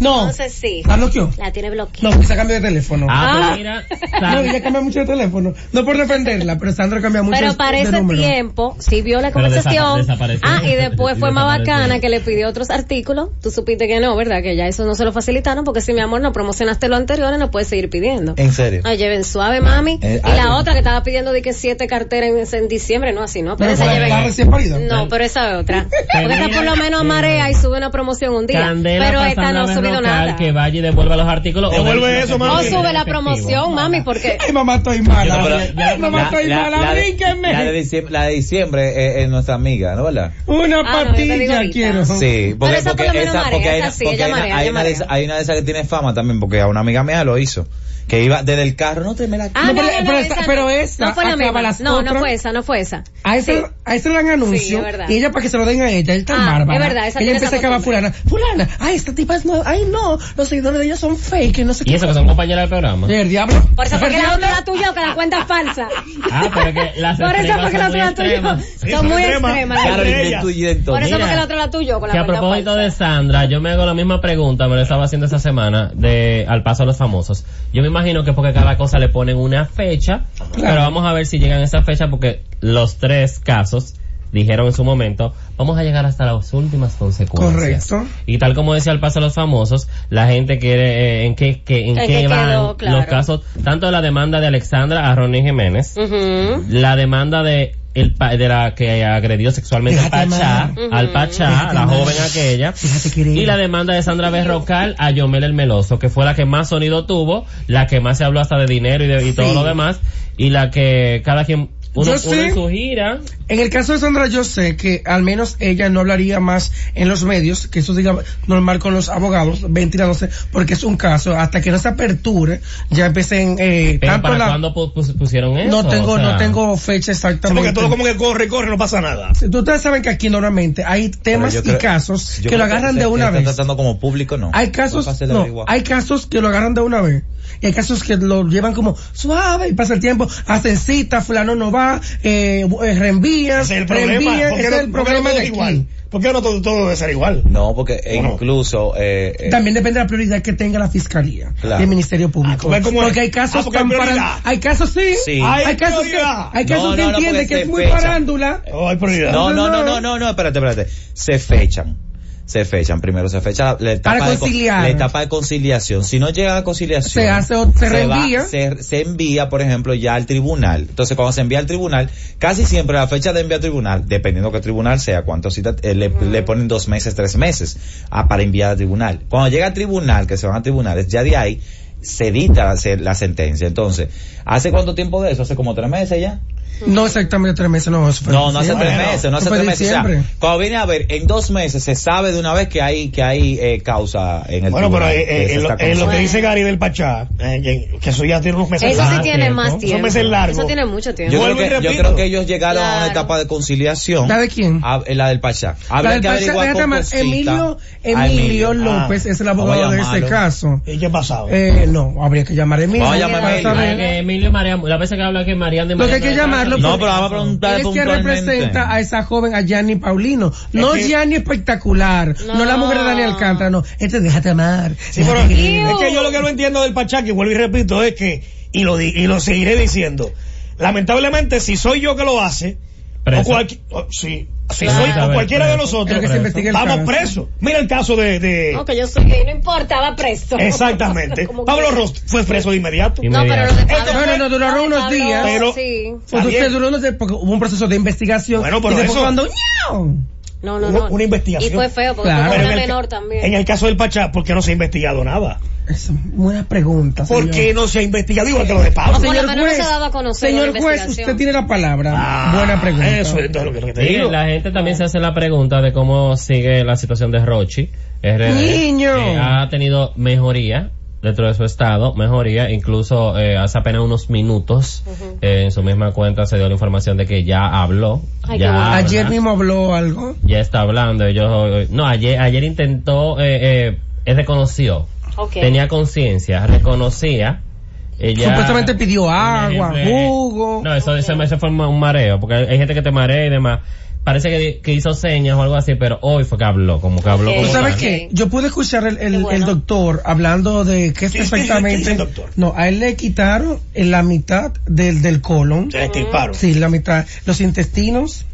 Speaker 5: No.
Speaker 2: Entonces sí,
Speaker 5: ¿La bloqueó?
Speaker 2: la tiene bloqueada.
Speaker 5: No, quizá cambio de teléfono.
Speaker 4: Ah,
Speaker 2: Ah.
Speaker 4: pues mira,
Speaker 5: No,
Speaker 4: Sandra-
Speaker 5: ella cambia mucho de teléfono. No por defenderla, pero Sandra cambia mucho
Speaker 2: Pero
Speaker 5: de-
Speaker 2: para
Speaker 5: de
Speaker 2: ese
Speaker 5: número.
Speaker 2: tiempo, sí vio la
Speaker 4: Pero
Speaker 2: conversación.
Speaker 4: desapa- desapareció.
Speaker 2: Ah, y después
Speaker 4: Y
Speaker 2: fue más
Speaker 4: desapareció.
Speaker 2: bacana que le pidió otros artículos. Tú supiste que no, ¿verdad? Que ya eso no se lo facilitaron porque si mi amor no promocionaste lo anterior, no puedes seguir pidiendo.
Speaker 6: En serio.
Speaker 2: Ay, lleven suave, mami.
Speaker 6: Eh,
Speaker 2: y la
Speaker 6: ay.
Speaker 2: otra que estaba pidiendo de que siete carteras en, en diciembre, no así, ¿no? Pero
Speaker 5: Pero
Speaker 2: esa
Speaker 5: para
Speaker 2: lleven-
Speaker 5: la recién parida.
Speaker 2: No, pero esa es otra. Porque esa por lo menos
Speaker 4: Eh,
Speaker 2: marea y sube una promoción un día.
Speaker 4: Candela
Speaker 2: pero
Speaker 4: para
Speaker 2: esta
Speaker 4: Sandra
Speaker 2: no ha subido
Speaker 4: Berrocal,
Speaker 2: nada.
Speaker 4: Que vaya y devuelva los artículos. o
Speaker 3: Devuelve
Speaker 4: dale
Speaker 3: eso,
Speaker 4: los
Speaker 3: mami.
Speaker 2: O
Speaker 4: efectivos.
Speaker 2: sube la promoción, mami, porque
Speaker 5: Ay, mamá, estoy
Speaker 6: No, pero-
Speaker 5: mala. Ay, mamá, estoy mala.
Speaker 6: la de-
Speaker 5: Bríquenme.
Speaker 6: la de diciembre, la de diciembre es, es nuestra amiga, ¿no verdad?
Speaker 5: Una
Speaker 2: Ah, no, yo te digo
Speaker 5: patilla
Speaker 2: ahorita.
Speaker 5: quiero.
Speaker 6: Sí,
Speaker 2: Pero esa por lo menos marea,
Speaker 6: porque hay
Speaker 2: esa
Speaker 6: una-
Speaker 2: sí,
Speaker 6: porque
Speaker 2: ella
Speaker 6: hay una-
Speaker 2: marea,
Speaker 6: hay
Speaker 2: ella
Speaker 6: una de esas-
Speaker 2: marea.
Speaker 6: hay una de esas que tiene fama también, porque a una amiga mía lo hizo. Que iba desde el carro, no te me la...
Speaker 2: Ah,
Speaker 5: No,
Speaker 2: no,
Speaker 5: pero-
Speaker 2: no, no,
Speaker 5: pero
Speaker 2: esa
Speaker 5: esa-
Speaker 2: no.
Speaker 5: pero esa
Speaker 2: No fue la
Speaker 5: acaba
Speaker 2: misma.
Speaker 5: las
Speaker 2: no, no
Speaker 5: otras.
Speaker 2: fue esa, no fue esa.
Speaker 5: A esa,
Speaker 2: Sí.
Speaker 5: a esa le dan
Speaker 2: Sí,
Speaker 5: anuncio
Speaker 2: es verdad.
Speaker 5: y ella para que se lo den a ella, él tan
Speaker 2: Ah,
Speaker 5: bárbara.
Speaker 2: es verdad, esa
Speaker 5: ella
Speaker 2: tiene
Speaker 5: empieza a
Speaker 2: esa
Speaker 5: acabar fulana.
Speaker 2: costumbre.
Speaker 5: Fulana, ay, esta tipa es no, ay no, los seguidores de ella son fake, y no sé
Speaker 4: Y eso que son compañeras del programa.
Speaker 5: qué. El diablo.
Speaker 2: Por eso
Speaker 5: El
Speaker 2: porque la
Speaker 5: diablo.
Speaker 2: otra era tuya o que la cuenta es falsa.
Speaker 4: Ah, pero que las
Speaker 2: Por eso
Speaker 4: extremas
Speaker 2: porque
Speaker 4: son
Speaker 2: la otra
Speaker 4: muy
Speaker 2: era tuya.
Speaker 4: extremas.
Speaker 3: Sí,
Speaker 2: Son
Speaker 3: son
Speaker 2: muy
Speaker 3: extremas.
Speaker 2: extremas.
Speaker 3: Claro,
Speaker 6: Carolina
Speaker 3: ella.
Speaker 6: tuya
Speaker 2: Por
Speaker 6: entonces.
Speaker 2: eso porque
Speaker 4: Mira,
Speaker 2: la otra era tuya con la
Speaker 4: Que a
Speaker 2: cuenta
Speaker 4: propósito
Speaker 2: falsa.
Speaker 4: de Sandra, yo me hago la misma pregunta, me la estaba haciendo esta semana, de al paso a los famosos. Yo me imagino que es porque cada cosa le ponen una fecha, pero vamos a ver si llegan a esa fecha porque los tres casos dijeron en su momento, vamos a llegar hasta las últimas consecuencias.
Speaker 5: Correcto.
Speaker 4: Y tal como decía el paso de los famosos, la gente quiere eh, en qué, qué- en
Speaker 2: ¿En
Speaker 4: qué
Speaker 2: qué
Speaker 4: van
Speaker 2: quedó? Claro.
Speaker 4: los casos, tanto la demanda de Alexandra a Ronnie Jiménez,
Speaker 2: Ujú.
Speaker 4: la demanda de el pa- de la que agredió sexualmente al
Speaker 5: Déjate
Speaker 4: Pachá,
Speaker 2: amar.
Speaker 4: al
Speaker 2: Ujú.
Speaker 4: Pachá,
Speaker 5: Déjate
Speaker 4: la
Speaker 5: amar.
Speaker 4: joven aquella,
Speaker 5: Déjate querer.
Speaker 4: y la demanda de Sandra Berrocal a Yomel el Meloso, que fue la que más sonido tuvo, la que más se habló hasta de dinero y, de, y todo
Speaker 5: Sí.
Speaker 4: lo demás, y la que cada quien uno,
Speaker 5: Yo
Speaker 4: uno
Speaker 5: sé.
Speaker 4: en su gira,
Speaker 5: En el caso de Sandra, yo sé que al menos ella no hablaría más en los medios, que eso diga normal con los abogados, ventilándose, porque es un caso, hasta que no se aperture, ya empecen, eh,
Speaker 4: pero
Speaker 5: tanto
Speaker 4: ¿para
Speaker 5: la...
Speaker 4: cuándo pu- pus- pusieron eso?
Speaker 5: No tengo,
Speaker 4: O sea,
Speaker 5: no tengo fecha
Speaker 3: Sí,
Speaker 5: exactamente.
Speaker 3: porque todo como que corre, y corre, no pasa nada.
Speaker 5: Sí, Ustedes saben que aquí normalmente hay temas
Speaker 6: yo
Speaker 5: y
Speaker 6: creo-
Speaker 5: casos
Speaker 6: yo
Speaker 5: que lo
Speaker 6: creo
Speaker 5: agarran
Speaker 6: ustedes
Speaker 5: de una
Speaker 6: están
Speaker 5: vez.
Speaker 6: tratando como público, no.
Speaker 5: Hay
Speaker 6: No es
Speaker 5: casos,
Speaker 6: fácil de
Speaker 5: no,
Speaker 6: averiguar.
Speaker 5: hay casos que lo agarran de una vez. Y hay casos que lo llevan como suave y pasa el tiempo, hacen cita, fulano no va, eh, eh, reenvían,
Speaker 3: Ese es el problema.
Speaker 5: reenvían,
Speaker 3: ¿Por qué
Speaker 5: ese
Speaker 3: no-
Speaker 5: es el
Speaker 3: por qué no
Speaker 5: problema
Speaker 3: todo
Speaker 5: de
Speaker 3: es
Speaker 5: aquí.
Speaker 3: igual? ¿Por qué no todo, todo debe ser igual?
Speaker 6: No, porque eh,
Speaker 3: Bueno.
Speaker 6: incluso... Eh, eh,
Speaker 5: También depende de la prioridad que tenga la fiscalía
Speaker 6: Claro.
Speaker 5: y el ministerio público.
Speaker 3: Ah, ¿ves cómo es?
Speaker 5: porque hay casos
Speaker 3: Ah, porque hay
Speaker 5: tan
Speaker 3: prioridad.
Speaker 5: paran- hay casos sí,
Speaker 6: Sí.
Speaker 5: hay,
Speaker 3: Hay
Speaker 5: casos que,
Speaker 3: prioridad.
Speaker 5: hay
Speaker 6: No,
Speaker 5: casos que
Speaker 6: no, no,
Speaker 5: entienden
Speaker 6: porque
Speaker 5: que
Speaker 6: se
Speaker 5: es muy
Speaker 6: fecha. Eh,
Speaker 5: parándula.
Speaker 3: No Oh, hay prioridad.
Speaker 6: No, no,
Speaker 5: no, eh.
Speaker 6: no, no, no, no, espérate, espérate. Se fechan. Se fechan. Primero se fecha la etapa,
Speaker 5: Para
Speaker 6: de, con-
Speaker 5: conciliar.
Speaker 6: la etapa de conciliación. Si no llega a conciliación.
Speaker 5: Se hace o-
Speaker 6: va-
Speaker 5: se reenvía.
Speaker 6: se, se envía, por ejemplo, ya al tribunal. Entonces, cuando se envía al tribunal, casi siempre la fecha de envío al tribunal, dependiendo qué tribunal sea, cuánto cita, eh, le, le ponen dos meses, tres meses ah, para enviar al tribunal. Cuando llega al tribunal, que se van a tribunales, ya de ahí se edita la, se- la sentencia. Entonces, ¿hace cuánto tiempo de eso? ¿Hace como tres meses ya?
Speaker 5: No exactamente tres meses, no. eso fue
Speaker 6: No, no hace
Speaker 5: diciembre.
Speaker 6: tres meses, no hace
Speaker 5: Eso fue
Speaker 6: tres meses. O sea,
Speaker 5: diciembre.
Speaker 6: cuando viene a ver, en dos meses se sabe de una vez que hay, que hay eh, causa en el
Speaker 3: Bueno, pero
Speaker 6: tribunal,
Speaker 3: eh,
Speaker 6: que
Speaker 3: eh,
Speaker 6: se
Speaker 3: en, lo,
Speaker 6: está
Speaker 3: en lo que
Speaker 2: Bueno.
Speaker 3: dice Gary del Pachá, eh, que- que eso ya tiene unos meses
Speaker 2: Eso sí
Speaker 3: largos.
Speaker 2: tiene
Speaker 4: tiempo.
Speaker 2: más
Speaker 4: Son
Speaker 2: tiempo.
Speaker 3: meses largos.
Speaker 2: Eso tiene mucho tiempo.
Speaker 6: Yo, creo
Speaker 3: Vuelvo y
Speaker 6: que, yo
Speaker 3: repito.
Speaker 6: creo que ellos llegaron a una
Speaker 2: Claro.
Speaker 6: etapa de conciliación.
Speaker 5: ¿La de quién?
Speaker 6: A- eh, la del Pachá. Habrá
Speaker 5: La del
Speaker 6: que
Speaker 5: Pachá-
Speaker 6: averiguar
Speaker 5: déjate
Speaker 6: con
Speaker 5: mal,
Speaker 6: cosita a
Speaker 5: Emilio, Emilio López
Speaker 6: Ah,
Speaker 5: es el
Speaker 6: vamos
Speaker 5: abogado
Speaker 6: a
Speaker 5: de este
Speaker 6: llamarlo.
Speaker 5: caso.
Speaker 3: ¿Y qué ha pasado?
Speaker 5: Eh, no, habría que llamar a Emilio.
Speaker 6: Vamos a
Speaker 5: para
Speaker 6: llamar a Emilio.
Speaker 5: saber.
Speaker 4: Ay, que Emilio Mariano, la vez que habla que Mariano de
Speaker 5: Lo que
Speaker 4: Mariano
Speaker 5: hay que
Speaker 4: de Mariano-
Speaker 5: llamarlo.
Speaker 6: No,
Speaker 5: porque
Speaker 6: pero vamos a preguntarle
Speaker 5: Él es que
Speaker 6: puntualmente.
Speaker 5: representa a esa joven, a Gianni Paulino. No
Speaker 3: Es que-
Speaker 5: Gianni espectacular. No.
Speaker 2: No.
Speaker 5: la mujer de Dani Alcántara, no. Este, déjate amar.
Speaker 3: Sí, pero
Speaker 5: déjate querer.
Speaker 2: Ew.
Speaker 3: es que yo lo que no entiendo del Pachá, que vuelvo y repito, es que, y lo, di- y lo seguiré diciendo, lamentablemente si soy yo que lo hace,
Speaker 4: Preso.
Speaker 3: o, cualqui- o- sí, si
Speaker 4: Claro.
Speaker 3: soy, o cualquiera de
Speaker 4: Preso.
Speaker 3: nosotros,
Speaker 5: eh, Creo que se investigue el
Speaker 3: vamos
Speaker 5: caso.
Speaker 3: presos. Mira el caso de... de-
Speaker 2: No, que yo soy gay, no importa, va presto.
Speaker 3: exactamente.
Speaker 2: Como
Speaker 3: Pablo
Speaker 2: que-
Speaker 3: Rost fue preso de inmediato.
Speaker 4: Y-
Speaker 2: No, pero lo de Pablo.
Speaker 5: Bueno, no, duraron
Speaker 2: lo de
Speaker 5: unos
Speaker 2: Pablo,
Speaker 5: días.
Speaker 3: Pero-
Speaker 2: sí.
Speaker 5: Pues
Speaker 3: Está
Speaker 5: usted
Speaker 3: bien.
Speaker 5: duró, no sé, porque hubo un proceso de investigación.
Speaker 3: Bueno, pero
Speaker 5: y después
Speaker 3: eso-
Speaker 5: cuando, ¡ñau!
Speaker 2: No, no,
Speaker 3: Hubo
Speaker 2: no.
Speaker 3: una investigación.
Speaker 2: Y fue feo, porque
Speaker 5: Claro.
Speaker 2: fue
Speaker 3: Pero
Speaker 2: una
Speaker 3: en el-
Speaker 2: menor también.
Speaker 3: En el caso del Pachá, ¿por qué no se ha investigado nada?
Speaker 5: Es una buena pregunta.
Speaker 3: ¿Por
Speaker 5: señor.
Speaker 3: qué no se ha investigado igual que lo de Pablo?
Speaker 2: O por lo menos no se daba a conocer la
Speaker 5: señor juez,
Speaker 2: investigación.
Speaker 5: usted tiene la palabra.
Speaker 3: Ah,
Speaker 5: buena pregunta.
Speaker 3: Eso entonces, lo que, lo que te
Speaker 4: Y
Speaker 3: digo.
Speaker 4: la gente también se hace la pregunta de cómo sigue la situación de Rochi. RD,
Speaker 5: Niño.
Speaker 4: que ha tenido mejoría dentro de su estado, mejoría, incluso eh, hace apenas unos minutos eh, en su misma cuenta se dio la información de que ya habló.
Speaker 2: Ay, qué
Speaker 4: ya
Speaker 2: bueno.
Speaker 4: habla,
Speaker 5: Ayer mismo habló algo.
Speaker 4: Ya está hablando. Ellos, no, ayer, ayer intentó, eh, eh, él reconoció.
Speaker 2: Ok.
Speaker 4: Tenía conciencia, reconocía. ella-
Speaker 5: Supuestamente pidió agua,
Speaker 4: un ejemplo, eh,
Speaker 5: jugo.
Speaker 4: No, eso, eso, eso fue un mareo, porque hay, hay gente que te marea y demás. Parece que, que hizo señas o algo así, pero hoy fue que habló, como que habló.
Speaker 2: Ok.
Speaker 4: como
Speaker 5: ¿Tú sabes
Speaker 4: tal.
Speaker 5: qué?
Speaker 2: Ok.
Speaker 5: Yo pude escuchar el, el-
Speaker 2: Qué bueno.
Speaker 5: el doctor hablando de que es
Speaker 3: ¿Qué- qué- qué dice
Speaker 5: exactamente...
Speaker 3: el doctor?
Speaker 5: No, a él le quitaron eh, la mitad del, del colon.
Speaker 3: Se estirparon.
Speaker 5: Sí, la mitad. Los intestinos.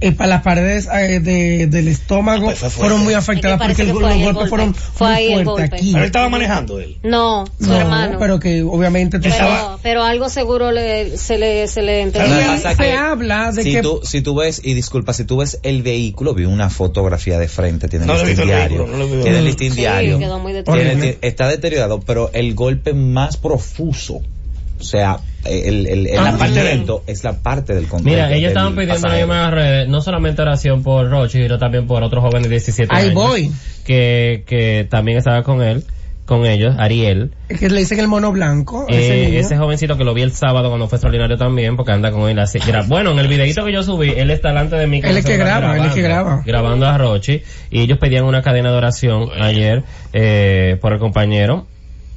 Speaker 5: eh, para las paredes eh, de- del estómago
Speaker 3: Pues fue fuerte.
Speaker 5: fueron muy
Speaker 2: Es
Speaker 5: afectadas
Speaker 2: que parece
Speaker 5: porque
Speaker 2: que
Speaker 5: el- los
Speaker 2: fue ahí el golpe.
Speaker 5: golpes fueron
Speaker 2: Fue
Speaker 5: muy
Speaker 2: ahí el
Speaker 5: fuertes
Speaker 2: golpe.
Speaker 5: aquí.
Speaker 3: Pero él estaba manejando él.
Speaker 2: No, su
Speaker 5: No,
Speaker 2: hermano.
Speaker 5: pero que obviamente tú
Speaker 2: Pero-
Speaker 3: estaba-
Speaker 2: pero algo seguro le, se le, se le entendió.
Speaker 6: Lo que
Speaker 5: Y
Speaker 6: pasa
Speaker 5: se
Speaker 6: que
Speaker 5: habla de
Speaker 6: si
Speaker 5: que-
Speaker 6: Tú, si tú ves, y disculpa, si tú ves el vehículo, vi una fotografía de frente, tiene
Speaker 3: No lo
Speaker 6: el
Speaker 3: he
Speaker 6: listín
Speaker 3: visto el
Speaker 6: diario.
Speaker 3: vehículo, no lo he visto.
Speaker 6: tiene el listín
Speaker 2: Sí,
Speaker 6: diario.
Speaker 2: quedó muy
Speaker 6: Tiene-
Speaker 5: deteriorado.
Speaker 6: tiene- está deteriorado, pero el golpe más profuso, o sea, el, el, el
Speaker 3: Ah, la parte del-
Speaker 6: contento es la parte del contento.
Speaker 4: Mira, ellos
Speaker 6: del
Speaker 4: estaban pidiendo
Speaker 6: pasajero.
Speaker 4: en las redes, no solamente oración por Rochi, sino también por otros jóvenes de 17
Speaker 5: Ahí
Speaker 4: años.
Speaker 5: voy.
Speaker 4: Que, que también estaba con él, con ellos, Ariel.
Speaker 5: que le dicen el mono blanco. ese
Speaker 4: Eh,
Speaker 5: niño.
Speaker 4: ese jovencito que lo vi el sábado cuando fue extraordinario también, porque anda con él así. Gra- Bueno, en el videito que yo subí, él está delante de mí.
Speaker 5: Él es que graba, él es que graba.
Speaker 4: Grabando a Rochi. Y ellos pedían una cadena de oración ayer eh, por el compañero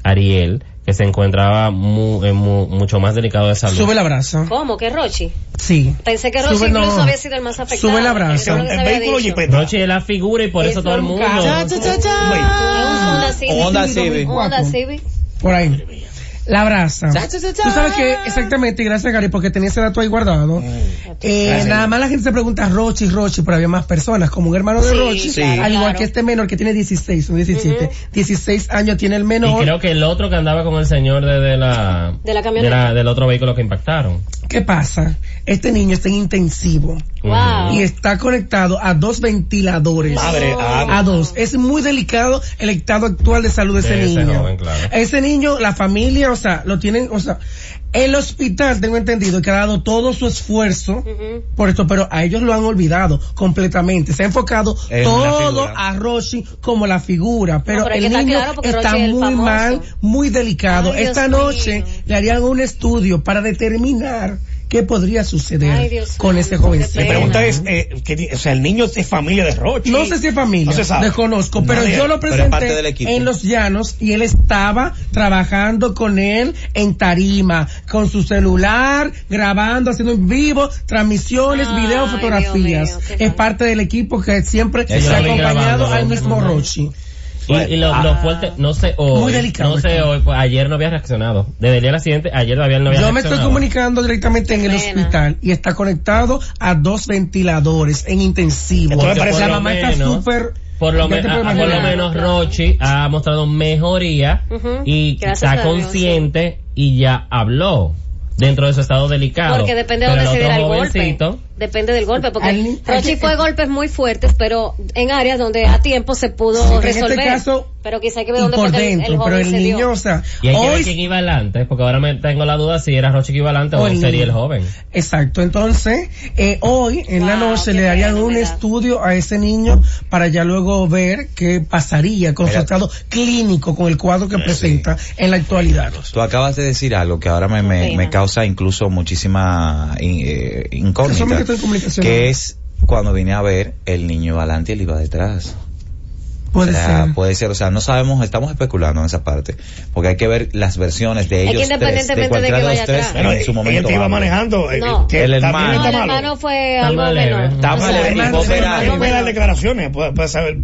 Speaker 4: Ariel, que se encontraba mu- eh, mu- mucho más delicado de salud.
Speaker 5: Sube la brasa.
Speaker 2: ¿Cómo? ¿Qué Rochi?
Speaker 5: Sí.
Speaker 2: Pensé que Rochi
Speaker 5: Sube, no.
Speaker 2: incluso había sido el más afectado.
Speaker 5: Sube la
Speaker 2: porque
Speaker 5: brasa.
Speaker 2: eso es lo que
Speaker 3: El
Speaker 2: se había
Speaker 3: vehículo
Speaker 2: dicho.
Speaker 3: Jeepeta.
Speaker 4: Rochi es la figura y por eso
Speaker 2: Es
Speaker 4: todo el
Speaker 2: un
Speaker 4: mundo.
Speaker 2: carro.
Speaker 3: Un vehículo.
Speaker 2: Es Ah, un Honda Civic.
Speaker 6: Honda Civic.
Speaker 2: Un Honda Civic.
Speaker 5: Por ahí. La brasa.
Speaker 6: Cha, cha, cha, cha.
Speaker 5: Tú sabes que, exactamente, y gracias Gary, porque tenía ese dato ahí guardado. Eh, nada más la gente se pregunta Rochi, Rochi, pero había más personas, como un hermano de
Speaker 2: Sí,
Speaker 5: Rochi,
Speaker 2: claro,
Speaker 5: al igual
Speaker 2: claro.
Speaker 5: que este menor que tiene 16, no 17, 16 años tiene el menor.
Speaker 4: Y creo que el otro que andaba con el señor de, de la,
Speaker 2: De la camioneta.
Speaker 4: la- del otro vehículo que impactaron.
Speaker 5: ¿Qué pasa? Este niño está en intensivo
Speaker 2: Wow.
Speaker 5: y está conectado a dos ventiladores.
Speaker 3: Madre, ah,
Speaker 5: a dos. Es muy delicado el estado actual de salud de ese
Speaker 4: De ese
Speaker 5: niño.
Speaker 4: joven, claro.
Speaker 5: Ese niño, la familia, o sea, lo tienen, o sea, el hospital, tengo entendido, que ha dado todo su esfuerzo
Speaker 2: Ujú.
Speaker 5: por esto, pero a ellos lo han olvidado completamente. Se ha enfocado
Speaker 6: En la
Speaker 5: todo
Speaker 6: figura.
Speaker 5: a Roshi como la figura, pero,
Speaker 2: No, pero hay
Speaker 5: el
Speaker 2: que estar
Speaker 5: niño
Speaker 2: claro porque
Speaker 5: está
Speaker 2: Roshi es el
Speaker 5: muy
Speaker 2: famoso.
Speaker 5: mal, muy delicado.
Speaker 2: Ay,
Speaker 5: Esta
Speaker 2: Dios
Speaker 5: noche
Speaker 2: mío.
Speaker 5: le harían un estudio para determinar qué podría suceder
Speaker 2: Ay, Dios
Speaker 5: con
Speaker 2: mío,
Speaker 5: ese
Speaker 2: qué
Speaker 5: jovencito.
Speaker 3: La
Speaker 2: pena.
Speaker 3: pregunta es, eh, ¿qué di- o sea, el niño es familia de Rochi.
Speaker 5: No sé si es familia,
Speaker 3: No se sabe.
Speaker 5: desconozco, pero
Speaker 3: Nadie-
Speaker 5: yo lo
Speaker 6: pero es
Speaker 5: presenté
Speaker 6: parte del equipo.
Speaker 5: en Los Llanos y él estaba trabajando con él en tarima, con su celular, grabando, haciendo en vivo, transmisiones,
Speaker 2: Ay,
Speaker 5: videos, fotografías.
Speaker 2: Dios mío, qué
Speaker 5: es
Speaker 2: mal.
Speaker 5: parte del equipo que siempre
Speaker 6: Ellos
Speaker 5: se ha
Speaker 4: lo ven
Speaker 5: acompañado
Speaker 4: grabando,
Speaker 5: al
Speaker 4: ¿no?
Speaker 5: mismo
Speaker 4: Ujú.
Speaker 5: Rochi.
Speaker 4: Y, y lo, lo fuerte, no sé hoy.
Speaker 5: Muy delicado
Speaker 4: No sé
Speaker 5: está.
Speaker 4: hoy, pues, ayer no había reaccionado. Desde el día siguiente, ayer todavía no había
Speaker 5: Yo me estoy
Speaker 4: reaccionado.
Speaker 5: comunicando directamente en el
Speaker 2: Qué pena.
Speaker 5: hospital y está conectado a dos ventiladores en intensivo.
Speaker 4: Entonces, por
Speaker 5: la
Speaker 4: lo
Speaker 5: mamá está
Speaker 4: menos-
Speaker 5: súper...
Speaker 4: Por lo,
Speaker 5: ya
Speaker 4: me-
Speaker 5: te puedes
Speaker 4: ah, por lo
Speaker 5: imaginar.
Speaker 4: menos Rochi ha mostrado mejoría
Speaker 2: Ujú.
Speaker 4: y
Speaker 2: Gracias a
Speaker 4: está
Speaker 2: Dios,
Speaker 4: consciente y ya habló dentro de su estado delicado.
Speaker 2: Porque depende de
Speaker 4: Pero
Speaker 2: dónde se diera el
Speaker 4: otro
Speaker 2: golpe.
Speaker 4: jovencito,
Speaker 2: Depende del golpe, porque
Speaker 5: Al-
Speaker 2: Rochi fue golpes muy fuertes, pero en áreas donde a tiempo se pudo
Speaker 5: Sí, en este
Speaker 2: resolver.
Speaker 5: caso,
Speaker 2: pero quizá hay que ver
Speaker 5: Y
Speaker 2: dónde
Speaker 5: por
Speaker 2: fue que el-
Speaker 5: dentro,
Speaker 2: el joven
Speaker 5: pero el
Speaker 2: se
Speaker 5: niño,
Speaker 2: dio.
Speaker 5: o sea,
Speaker 4: Y hay que ver
Speaker 5: hoy
Speaker 4: quién iba adelante, porque ahora me tengo la duda si era Rochi que iba adelante o,
Speaker 5: Oye.
Speaker 4: sería el joven.
Speaker 5: Exacto, entonces eh, hoy en la
Speaker 2: Wow,
Speaker 5: noche
Speaker 2: qué
Speaker 5: le harían
Speaker 2: pena,
Speaker 5: un
Speaker 2: ¿verdad?
Speaker 5: estudio a ese niño para ya luego ver qué pasaría con su
Speaker 6: Mira.
Speaker 5: estado clínico, con el cuadro que presenta en la actualidad.
Speaker 6: Tú acabas de decir algo que ahora me, me,
Speaker 2: Pena.
Speaker 6: me causa incluso muchísima in- eh,
Speaker 5: Eso me
Speaker 6: incógnita,
Speaker 5: quedó en comunicación.
Speaker 6: que es cuando vine a ver el niño adelante y él iba detrás.
Speaker 5: Puede
Speaker 6: o sea, pues,
Speaker 5: ser.
Speaker 6: puede ser, o sea, no sabemos, estamos especulando en esa parte, porque hay que ver las versiones
Speaker 2: Es
Speaker 6: de
Speaker 2: que
Speaker 6: ellos tres,
Speaker 2: independientemente de
Speaker 6: de cualquiera
Speaker 2: que
Speaker 6: de los
Speaker 2: vaya
Speaker 6: tres
Speaker 2: atrás.
Speaker 3: Bueno, eh,
Speaker 6: en su
Speaker 3: ella
Speaker 6: momento.
Speaker 3: te iba
Speaker 6: vamos.
Speaker 3: manejando. eh,
Speaker 2: No.
Speaker 3: que
Speaker 6: El
Speaker 3: también
Speaker 6: hermano.
Speaker 2: No,
Speaker 3: está
Speaker 2: el
Speaker 3: malo.
Speaker 2: hermano fue
Speaker 4: Está
Speaker 2: algo
Speaker 4: más leve.
Speaker 2: menor.
Speaker 6: Está
Speaker 2: O sea,
Speaker 6: más leve,
Speaker 2: hermano,
Speaker 6: vos
Speaker 2: sí,
Speaker 6: verás.
Speaker 2: algo
Speaker 3: Él puede dar
Speaker 2: menor.
Speaker 3: declaraciones, puede, puede saber,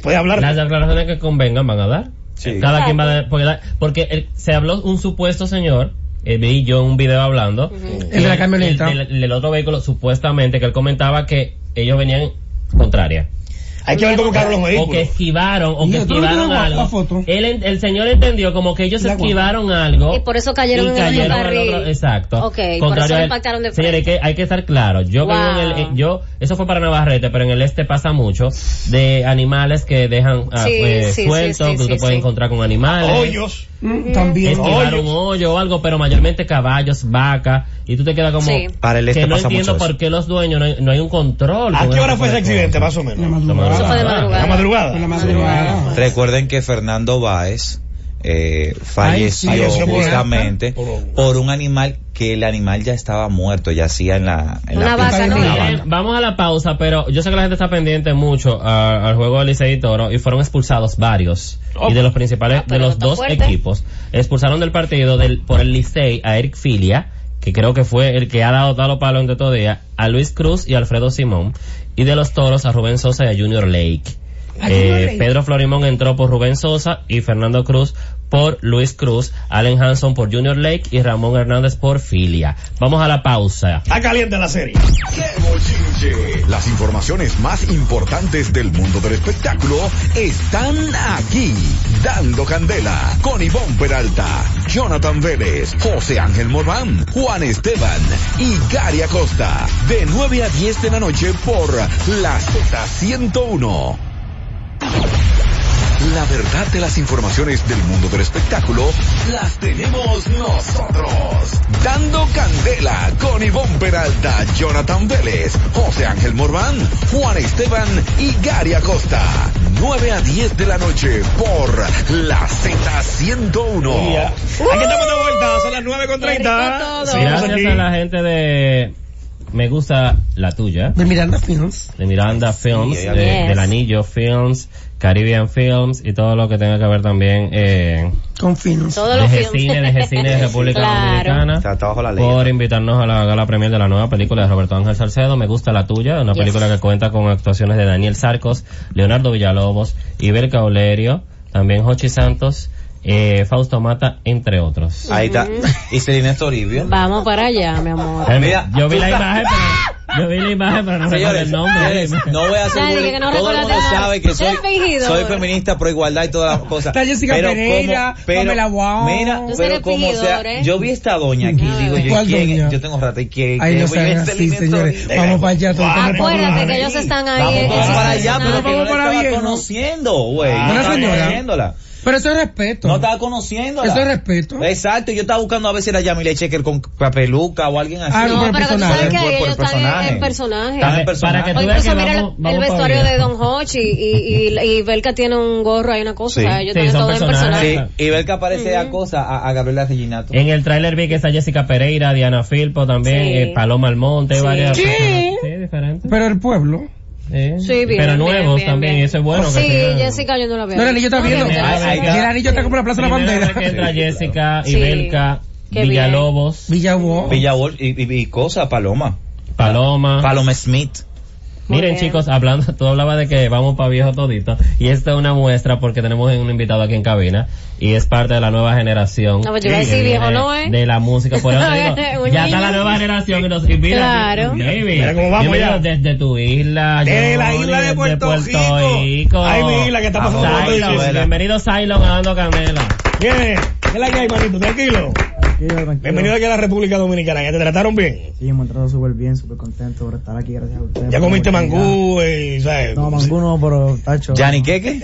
Speaker 3: puede hablar.
Speaker 4: Las declaraciones que convengan van a dar.
Speaker 6: Sí.
Speaker 4: Cada
Speaker 2: Exacto.
Speaker 4: quien va a dar, porque, la- porque el- se habló un supuesto señor, eh, vi yo un video hablando. y
Speaker 5: El de la camioneta.
Speaker 4: El, del- del otro vehículo, supuestamente, que él comentaba que ellos venían contraria.
Speaker 3: Hay que ver cómo quedaron los
Speaker 4: O que
Speaker 3: vehículos.
Speaker 4: esquivaron, o que
Speaker 5: Mira, tú no
Speaker 4: esquivaron
Speaker 5: tienes la-
Speaker 4: algo.
Speaker 5: la foto.
Speaker 4: Él en- el señor entendió como que ellos
Speaker 5: La guapa.
Speaker 4: esquivaron algo.
Speaker 2: Y por eso cayeron en el otro
Speaker 4: al
Speaker 2: carril.
Speaker 4: otro- Exacto.
Speaker 2: Ok, por eso
Speaker 4: al-
Speaker 2: impactaron de
Speaker 4: Señores, hay que, hay que estar claro. Yo,
Speaker 2: Wow.
Speaker 4: vivo en el- eh, yo, eso fue para Navarrete, pero en el este pasa mucho de animales que dejan ah,
Speaker 2: Sí,
Speaker 4: eh,
Speaker 2: sí, sí,
Speaker 4: sueltos,
Speaker 2: sí,
Speaker 4: que
Speaker 2: sí,
Speaker 4: tú puedes
Speaker 2: sí.
Speaker 4: encontrar con animales.
Speaker 3: Hoyos.
Speaker 5: Mm, También.
Speaker 4: Esquivar un hoyo o algo, pero mayormente caballos, vacas, y tú te quedas como
Speaker 2: Sí.
Speaker 6: Para el este
Speaker 4: que no
Speaker 6: pasa
Speaker 4: entiendo
Speaker 6: mucho
Speaker 4: por
Speaker 6: eso.
Speaker 4: qué los dueños no hay, no hay un control.
Speaker 3: ¿A
Speaker 4: con
Speaker 3: qué
Speaker 4: ese
Speaker 3: hora fue
Speaker 4: tipo
Speaker 3: ese
Speaker 4: de
Speaker 3: accidente,
Speaker 4: cosas. Ah.
Speaker 3: más o
Speaker 5: La
Speaker 3: menos?
Speaker 5: madrugada.
Speaker 4: Eso fue de
Speaker 3: La
Speaker 4: madrugada.
Speaker 3: madrugada.
Speaker 5: La
Speaker 6: Ah.
Speaker 5: madrugada.
Speaker 6: Recuerden que Fernando Báez eh, falleció,
Speaker 5: Ay, sí,
Speaker 3: falleció por-
Speaker 6: justamente
Speaker 3: por-
Speaker 6: por, un animal que el animal ya estaba muerto, yacía en la, en
Speaker 2: Una
Speaker 6: la
Speaker 2: vaca,
Speaker 6: pista.
Speaker 2: ¿no?
Speaker 6: Una
Speaker 4: Bien,
Speaker 6: vaca.
Speaker 4: vamos a la pausa, pero yo sé que la gente está pendiente mucho a- al juego del Licey y Toro y fueron expulsados varios y de los principales,
Speaker 2: Ah,
Speaker 4: de
Speaker 2: pero
Speaker 4: los
Speaker 2: está
Speaker 4: dos
Speaker 2: fuerte.
Speaker 4: equipos. Expulsaron del partido del, por el Licey a Eric Filia, que creo que fue el que ha dado talo palo en todo día, a Luis Cruz y Alfredo Simón y de los Toros a Rubén Sosa y a Junior Lake.
Speaker 5: ¿A
Speaker 4: Eh,
Speaker 5: Junior Lake?
Speaker 4: Pedro Florimón entró por Rubén Sosa y Fernando Cruz por Luis Cruz, Allen Hanson por Junior Lake y Ramón Hernández por Filia. Vamos a la pausa.
Speaker 3: Está caliente la serie.
Speaker 1: ¡Qué bochinche! Las informaciones más importantes del mundo del espectáculo están aquí. Dando Candela con Ivonne Peralta, Jonathan Vélez, José Ángel Morván, Juan Esteban y Gary Acosta. De 9 a 10 de la noche por la Z101. La verdad de las informaciones del mundo del espectáculo las tenemos nosotros. Dando candela con Ivonne Peralta, Jonathan Vélez, José Ángel Morván, Juan Esteban y Gary Acosta. 9 a 10 de la noche por la
Speaker 3: Y ya.
Speaker 1: Z101.
Speaker 3: Aquí estamos de vuelta, son las 9 con
Speaker 2: Qué rico
Speaker 3: 30.
Speaker 2: todo.
Speaker 3: Seguimos
Speaker 4: Gracias
Speaker 3: aquí.
Speaker 4: a la gente de Me Gusta la Tuya,
Speaker 5: De Miranda Films.
Speaker 4: de Miranda Films,
Speaker 6: Sí,
Speaker 4: de-
Speaker 2: yes.
Speaker 4: del Anillo Films, Caribbean Films y todo lo que tenga que ver también eh,
Speaker 5: Con Films.
Speaker 2: Todos
Speaker 4: de
Speaker 2: los
Speaker 4: G-Cine, de G-Cine de República
Speaker 2: Claro.
Speaker 6: Está,
Speaker 4: Dominicana.
Speaker 6: está bajo la ley.
Speaker 4: Por invitarnos a la gala premier de la nueva película de Roberto Ángel Salcedo, Me Gusta la Tuya, una
Speaker 2: Yes.
Speaker 4: película que cuenta con actuaciones de Daniel Sarcos, Leonardo Villalobos, Iber Caulerio, también Jochi Santos, eh, Fausto Mata, entre otros.
Speaker 6: Ahí está. Y Celina Toribio.
Speaker 2: Vamos para allá, mi amor.
Speaker 4: Pero
Speaker 6: Mira,
Speaker 4: yo vi la
Speaker 6: tú-
Speaker 4: imagen, pero, yo vi la imagen,
Speaker 5: Ah,
Speaker 4: pero no recuerdo
Speaker 6: Señores,
Speaker 4: el nombre.
Speaker 6: señores, no voy a hacer
Speaker 2: Nadie,
Speaker 6: bullying.
Speaker 2: que no
Speaker 6: Todo el
Speaker 2: recuerda
Speaker 6: mundo
Speaker 2: nada.
Speaker 6: sabe que soy,
Speaker 2: Eres fingido.
Speaker 6: soy feminista pro igualdad y todas las cosas.
Speaker 5: Está Jessica
Speaker 6: pero
Speaker 5: Pereira,
Speaker 6: como, pero,
Speaker 5: Pamela Wong.
Speaker 6: Mira,
Speaker 2: Tú
Speaker 6: pero
Speaker 2: eres
Speaker 6: como sea,
Speaker 2: fingidor, ¿eh?
Speaker 6: yo vi esta doña aquí, digo yo,
Speaker 5: ¿Cuál
Speaker 6: ¿quién es?
Speaker 5: doña?
Speaker 6: Yo tengo rato y quién
Speaker 5: Ahí
Speaker 6: ¿Quién?
Speaker 5: no
Speaker 6: Voy a
Speaker 5: sean
Speaker 6: este
Speaker 5: así, señores.
Speaker 6: elemento-
Speaker 5: Vamos para allá. todos tenemos
Speaker 2: Acuérdate
Speaker 3: Vamos,
Speaker 2: que ellos están ahí.
Speaker 6: Vamos
Speaker 2: en
Speaker 6: todos
Speaker 2: ese
Speaker 6: para allá, pero
Speaker 2: escenario.
Speaker 6: que no
Speaker 5: vamos para
Speaker 6: la estaba
Speaker 5: Viejo.
Speaker 6: conociendo, güey.
Speaker 5: Una
Speaker 6: No estaba
Speaker 5: señora.
Speaker 6: conociéndola.
Speaker 5: Pero eso es respeto.
Speaker 6: No estaba conociéndola.
Speaker 5: Eso es respeto.
Speaker 6: Exacto, yo estaba buscando a ver si era Yamile Checker con papeluca o alguien así.
Speaker 5: Ah,
Speaker 2: No, pero que tú sabes que
Speaker 6: Por-
Speaker 2: ahí
Speaker 6: por
Speaker 2: ellos están en- en
Speaker 6: Está
Speaker 2: personaje.
Speaker 6: en personaje.
Speaker 4: Para que
Speaker 2: O
Speaker 4: tú veas que
Speaker 2: incluso mira el-
Speaker 4: vamos-
Speaker 2: el
Speaker 4: vamos para
Speaker 2: vestuario
Speaker 4: bien.
Speaker 2: de Don Hochi y, y, y Belka tiene un gorro, hay una cosa.
Speaker 6: Sí.
Speaker 2: o sea, ellos
Speaker 4: Sí,
Speaker 2: tienen
Speaker 4: son
Speaker 2: todo en
Speaker 4: personajes.
Speaker 2: personaje.
Speaker 6: Sí, y ver que aparece a cosa a, a Gabriela Reginato.
Speaker 4: En el tráiler vi que está Jessica Pereira, Diana Filpo también,
Speaker 2: Sí.
Speaker 4: eh, Paloma Almonte,
Speaker 2: Sí.
Speaker 4: varias
Speaker 2: ¿Qué?
Speaker 4: personas. Sí, diferentes.
Speaker 5: Pero el pueblo.
Speaker 4: Eh,
Speaker 2: Sí, bien,
Speaker 4: pero
Speaker 2: bien,
Speaker 4: nuevos
Speaker 2: bien,
Speaker 4: también,
Speaker 2: bien.
Speaker 4: eso es bueno. que
Speaker 2: Sí,
Speaker 4: tengan-
Speaker 2: Jessica yo no la veo.
Speaker 5: No, el anillo está
Speaker 2: No,
Speaker 5: viendo.
Speaker 2: bien,
Speaker 6: Ay,
Speaker 2: bien.
Speaker 6: ay,
Speaker 5: Y el anillo está como la Plaza de la
Speaker 4: Primera vez que
Speaker 5: Bandera.
Speaker 4: entra Jessica,
Speaker 2: Sí.
Speaker 4: Ibelka,
Speaker 2: Qué
Speaker 4: Villalobos,
Speaker 5: Villabó.
Speaker 6: Villawol y, y, y cosa, Paloma.
Speaker 4: Paloma.
Speaker 6: Paloma Smith.
Speaker 2: Muy
Speaker 4: Miren
Speaker 2: bien.
Speaker 4: chicos, hablando, tú hablabas de que vamos para viejo todito y esta es una muestra porque tenemos un invitado aquí en cabina y es parte de la nueva generación.
Speaker 2: No, pues yo iba a decir
Speaker 4: que
Speaker 2: viejo,
Speaker 4: viene
Speaker 2: no, ¿eh?
Speaker 4: De la música, por eso digo,
Speaker 2: Un
Speaker 4: ya está
Speaker 2: niño.
Speaker 4: la nueva generación y nos invita.
Speaker 2: Claro.
Speaker 4: Baby,
Speaker 3: Mira cómo vamos
Speaker 4: bienvenido
Speaker 3: ya.
Speaker 4: Desde tu isla.
Speaker 3: De la
Speaker 4: Johnny,
Speaker 3: isla de
Speaker 4: desde
Speaker 3: Puerto Rico. Ay, mi isla, que está pasando
Speaker 6: por todo
Speaker 4: Cylon,
Speaker 6: difícil.
Speaker 4: bienvenido Cylon a Dando Canela.
Speaker 3: Viene, ¿qué es la que hay, manito? Tranquilo.
Speaker 7: Tranquilo, tranquilo.
Speaker 3: Bienvenido aquí a la República Dominicana. ¿Ya te trataron bien?
Speaker 7: Sí, me he encontrado súper bien, súper contento por estar aquí, gracias a ustedes.
Speaker 3: ¿Ya
Speaker 7: por la
Speaker 3: comiste
Speaker 7: oportunidad.
Speaker 3: mangú? eh, ¿sabes?
Speaker 7: No, mangú no, pero tacho.
Speaker 6: ¿Yani Keke?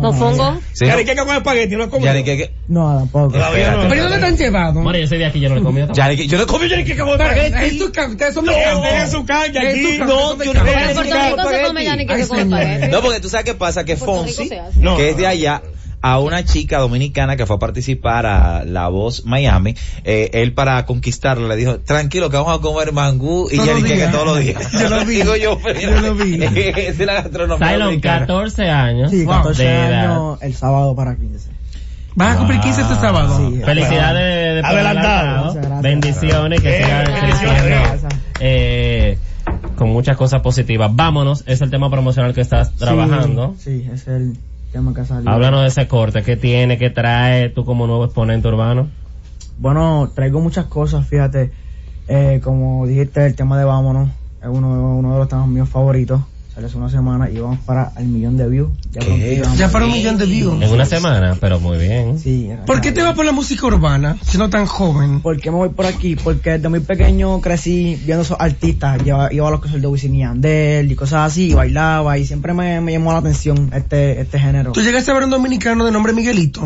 Speaker 2: ¿Con fungo?
Speaker 6: Sí.
Speaker 3: ¿Ya ni qué con espagueti? ¿No has comido?
Speaker 6: Yani Keke.
Speaker 7: No, tampoco.
Speaker 3: Todavía no.
Speaker 5: ¿Pero ¿y dónde te han llevado?
Speaker 4: Bueno, yo soy de aquí, yo no lo he comido. tampoco.
Speaker 6: Yani Keke. Yo no comí Yani Keke con
Speaker 5: Pero,
Speaker 6: espagueti.
Speaker 5: es tu ca- ustedes son de campo.
Speaker 3: Dejen su cancha
Speaker 5: Es
Speaker 3: aquí.
Speaker 5: tu cancha,
Speaker 3: No,
Speaker 5: son de
Speaker 3: yo
Speaker 5: campo.
Speaker 3: no-
Speaker 2: Pero en Puerto Rico se come ya ni que
Speaker 5: Ay,
Speaker 2: se come
Speaker 5: señor.
Speaker 2: espagueti.
Speaker 6: No, porque tú sabes qué pasa, que
Speaker 2: Puerto Rico
Speaker 6: Fonsi,
Speaker 2: se hace.
Speaker 3: No.
Speaker 6: que es de allá, a una chica dominicana que fue a participar a La Voz Miami, eh, él para conquistarla le dijo, tranquilo que vamos a comer mangú y
Speaker 5: Todos
Speaker 6: Yani
Speaker 5: los
Speaker 6: Keke
Speaker 5: días.
Speaker 6: todos los días.
Speaker 5: Yo lo vi.
Speaker 6: Digo yo, pero-
Speaker 5: Yo lo vi.
Speaker 6: es de la gastronomía
Speaker 4: Cylon,
Speaker 6: dominicana.
Speaker 4: 14 años.
Speaker 7: Sí, 14
Speaker 4: de edad. Ah,
Speaker 7: años el sábado para 15.
Speaker 5: ¿Vas a cumplir 15 este sábado?
Speaker 7: Sí.
Speaker 4: Felicidades de
Speaker 3: Adelantado.
Speaker 7: Gracias, gracias.
Speaker 4: Bendiciones, que
Speaker 3: Eh,
Speaker 4: sigan
Speaker 2: gracias.
Speaker 4: creciendo.
Speaker 7: Gracias.
Speaker 4: eh, con muchas cosas positivas. Vámonos, es el tema promocional que estás trabajando.
Speaker 7: Sí, sí, ese es el tema que ha salido.
Speaker 4: Háblanos de ese corte, qué tiene, qué trae tú como nuevo exponente urbano.
Speaker 7: Bueno, traigo muchas cosas, fíjate. Eh, como dijiste, el tema de Vámonos es uno, uno de los temas míos favoritos. Sale hace una semana y vamos para el millón de views. Ya
Speaker 6: ¿Qué?
Speaker 7: prontito vamos.
Speaker 5: Ya para un millón de views.
Speaker 4: En una semana, pero muy bien.
Speaker 7: Sí,
Speaker 5: ¿Por qué te vas por la música urbana siendo tan joven?
Speaker 7: ¿Por qué me voy por aquí? Porque desde muy pequeño crecí viendo esos artistas. Yo iba a los conciertos de Wisin y Yandel y cosas así, y bailaba, y siempre me, me llamó la atención este, este género.
Speaker 5: Tú llegaste a ver un dominicano de nombre Miguelito,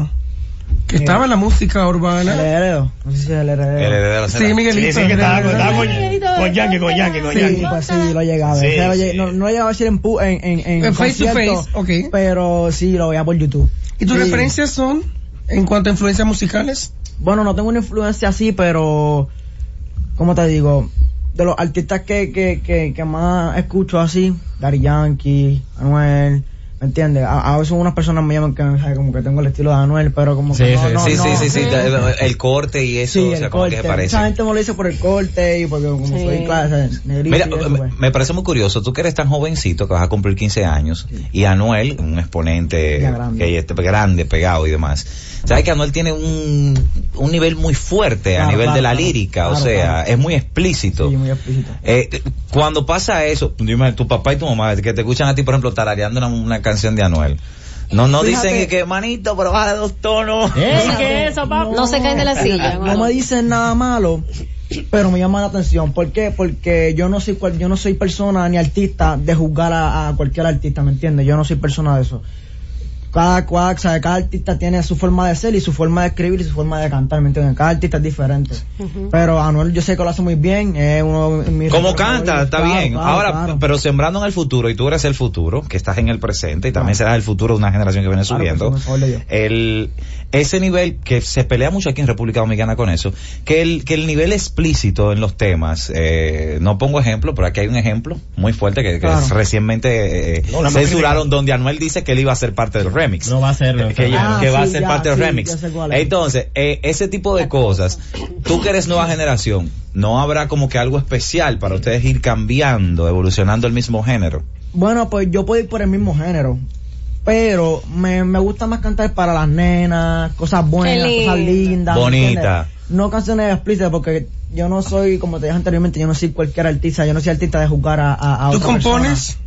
Speaker 5: que
Speaker 7: Miguel.
Speaker 5: estaba en la música
Speaker 7: ¿El
Speaker 5: urbana.
Speaker 7: heredero? No sé si es el heredero.
Speaker 6: El heredero será.
Speaker 5: Sí,
Speaker 3: Sí,
Speaker 5: Miguelito.
Speaker 3: sí, que estaba
Speaker 5: Sí,
Speaker 3: estaba con con Yankee, con Yankee, con
Speaker 7: Sí,
Speaker 3: Yankee.
Speaker 7: pues sí, lo llegaba.
Speaker 3: Sí,
Speaker 7: O sea, lo
Speaker 3: sí.
Speaker 7: lle- no, no lo llegaba a decir en, pu- en, en, en
Speaker 5: En face to
Speaker 7: concierto,
Speaker 5: face, ok.
Speaker 7: Pero sí, lo veía por YouTube.
Speaker 5: ¿Y tus
Speaker 7: Sí.
Speaker 5: referencias son en cuanto a influencias musicales?
Speaker 7: Bueno, no tengo una influencia así, pero... ¿Cómo te digo? De los artistas que, que, que, que más escucho así, Daddy Yankee, Anuel... ¿Me entiendes? A, a veces unas personas me llaman que o sea, como que tengo el estilo de Anuel, pero como
Speaker 4: Sí,
Speaker 7: que no,
Speaker 4: sí,
Speaker 7: no,
Speaker 6: Sí,
Speaker 7: no.
Speaker 6: sí, sí, sí, el- el corte y eso,
Speaker 7: Sí,
Speaker 6: o sea,
Speaker 7: el
Speaker 6: como que
Speaker 7: corte.
Speaker 6: se parece.
Speaker 7: Mucha gente me lo dice por el corte y porque como
Speaker 2: Sí.
Speaker 7: soy claro, o sea, negrito
Speaker 6: Mira,
Speaker 7: y eso,
Speaker 6: me,
Speaker 7: pues.
Speaker 6: me parece muy curioso, tú que eres tan jovencito, que vas a cumplir 15 años, y Anuel, un exponente
Speaker 7: Ya grande.
Speaker 6: que este, grande, pegado y demás, sabes que Anuel tiene un, un nivel muy fuerte a
Speaker 7: Claro,
Speaker 6: nivel de
Speaker 7: claro,
Speaker 6: la
Speaker 7: claro.
Speaker 6: lírica, o
Speaker 7: Claro,
Speaker 6: sea,
Speaker 7: claro.
Speaker 6: es muy explícito.
Speaker 7: Sí, muy explícito.
Speaker 6: Eh, eh, cuando pasa eso, dime, tu papá y tu mamá, que te escuchan a ti, por ejemplo, tarareando una, una canción de Anuel, no, no
Speaker 7: Fíjate.
Speaker 6: dicen que manito, pero baja de dos tonos.
Speaker 4: ¡Ey, qué es eso, papá?
Speaker 2: No se caen de la silla.
Speaker 7: No me dicen nada malo, pero me llama la atención. ¿Por qué? Porque yo no soy cual- yo no soy persona ni artista de juzgar a, a cualquier artista, ¿me entiendes? Yo no soy persona de eso. Cada, cual, o sea, cada artista tiene su forma de ser y su forma de escribir y su forma de cantar, ¿me entiendes? Cada artista es diferente. Pero Anuel yo sé que lo hace muy bien, es uno de mis...
Speaker 6: Como
Speaker 7: favoritos.
Speaker 6: canta, está
Speaker 7: Claro,
Speaker 6: bien.
Speaker 7: claro,
Speaker 6: Ahora,
Speaker 7: claro.
Speaker 6: pero sembrando en el futuro, y tú eres el futuro, que estás en el presente, y también serás el futuro de una generación que viene
Speaker 7: Claro, pues,
Speaker 6: subiendo.
Speaker 7: por favor, le digo.
Speaker 6: el, ese nivel, que se pelea mucho aquí en República Dominicana con eso, que el, que el nivel explícito en los temas, eh, no pongo ejemplo, pero aquí hay un ejemplo muy fuerte que, que
Speaker 7: Claro.
Speaker 6: es recientemente eh,
Speaker 3: No, la más
Speaker 6: censuraron, donde Anuel dice que él iba a ser parte del remix.
Speaker 4: No Ah, va a serlo.
Speaker 6: Que,
Speaker 4: claro.
Speaker 6: ya- que va a
Speaker 7: Ah, sí,
Speaker 6: ser
Speaker 7: ya,
Speaker 6: parte del
Speaker 7: sí,
Speaker 6: remix.
Speaker 7: ya sé cuál es.
Speaker 6: Entonces, eh, ese tipo de cosas, tú que eres nueva generación, ¿no habrá como que algo especial para ustedes ir cambiando, evolucionando el mismo género?
Speaker 7: Bueno, pues yo puedo ir por el mismo género. Pero me, me gusta más cantar para las nenas, cosas buenas,
Speaker 2: Qué
Speaker 7: cosas
Speaker 2: lindo.
Speaker 7: lindas. ¿me
Speaker 6: Bonita.
Speaker 7: entiendes? No canciones explícitas porque yo no soy, como te dije anteriormente, yo no soy cualquier artista, yo no soy artista de jugar a, a, a
Speaker 5: ¿Tú
Speaker 7: otra persona.
Speaker 5: compones?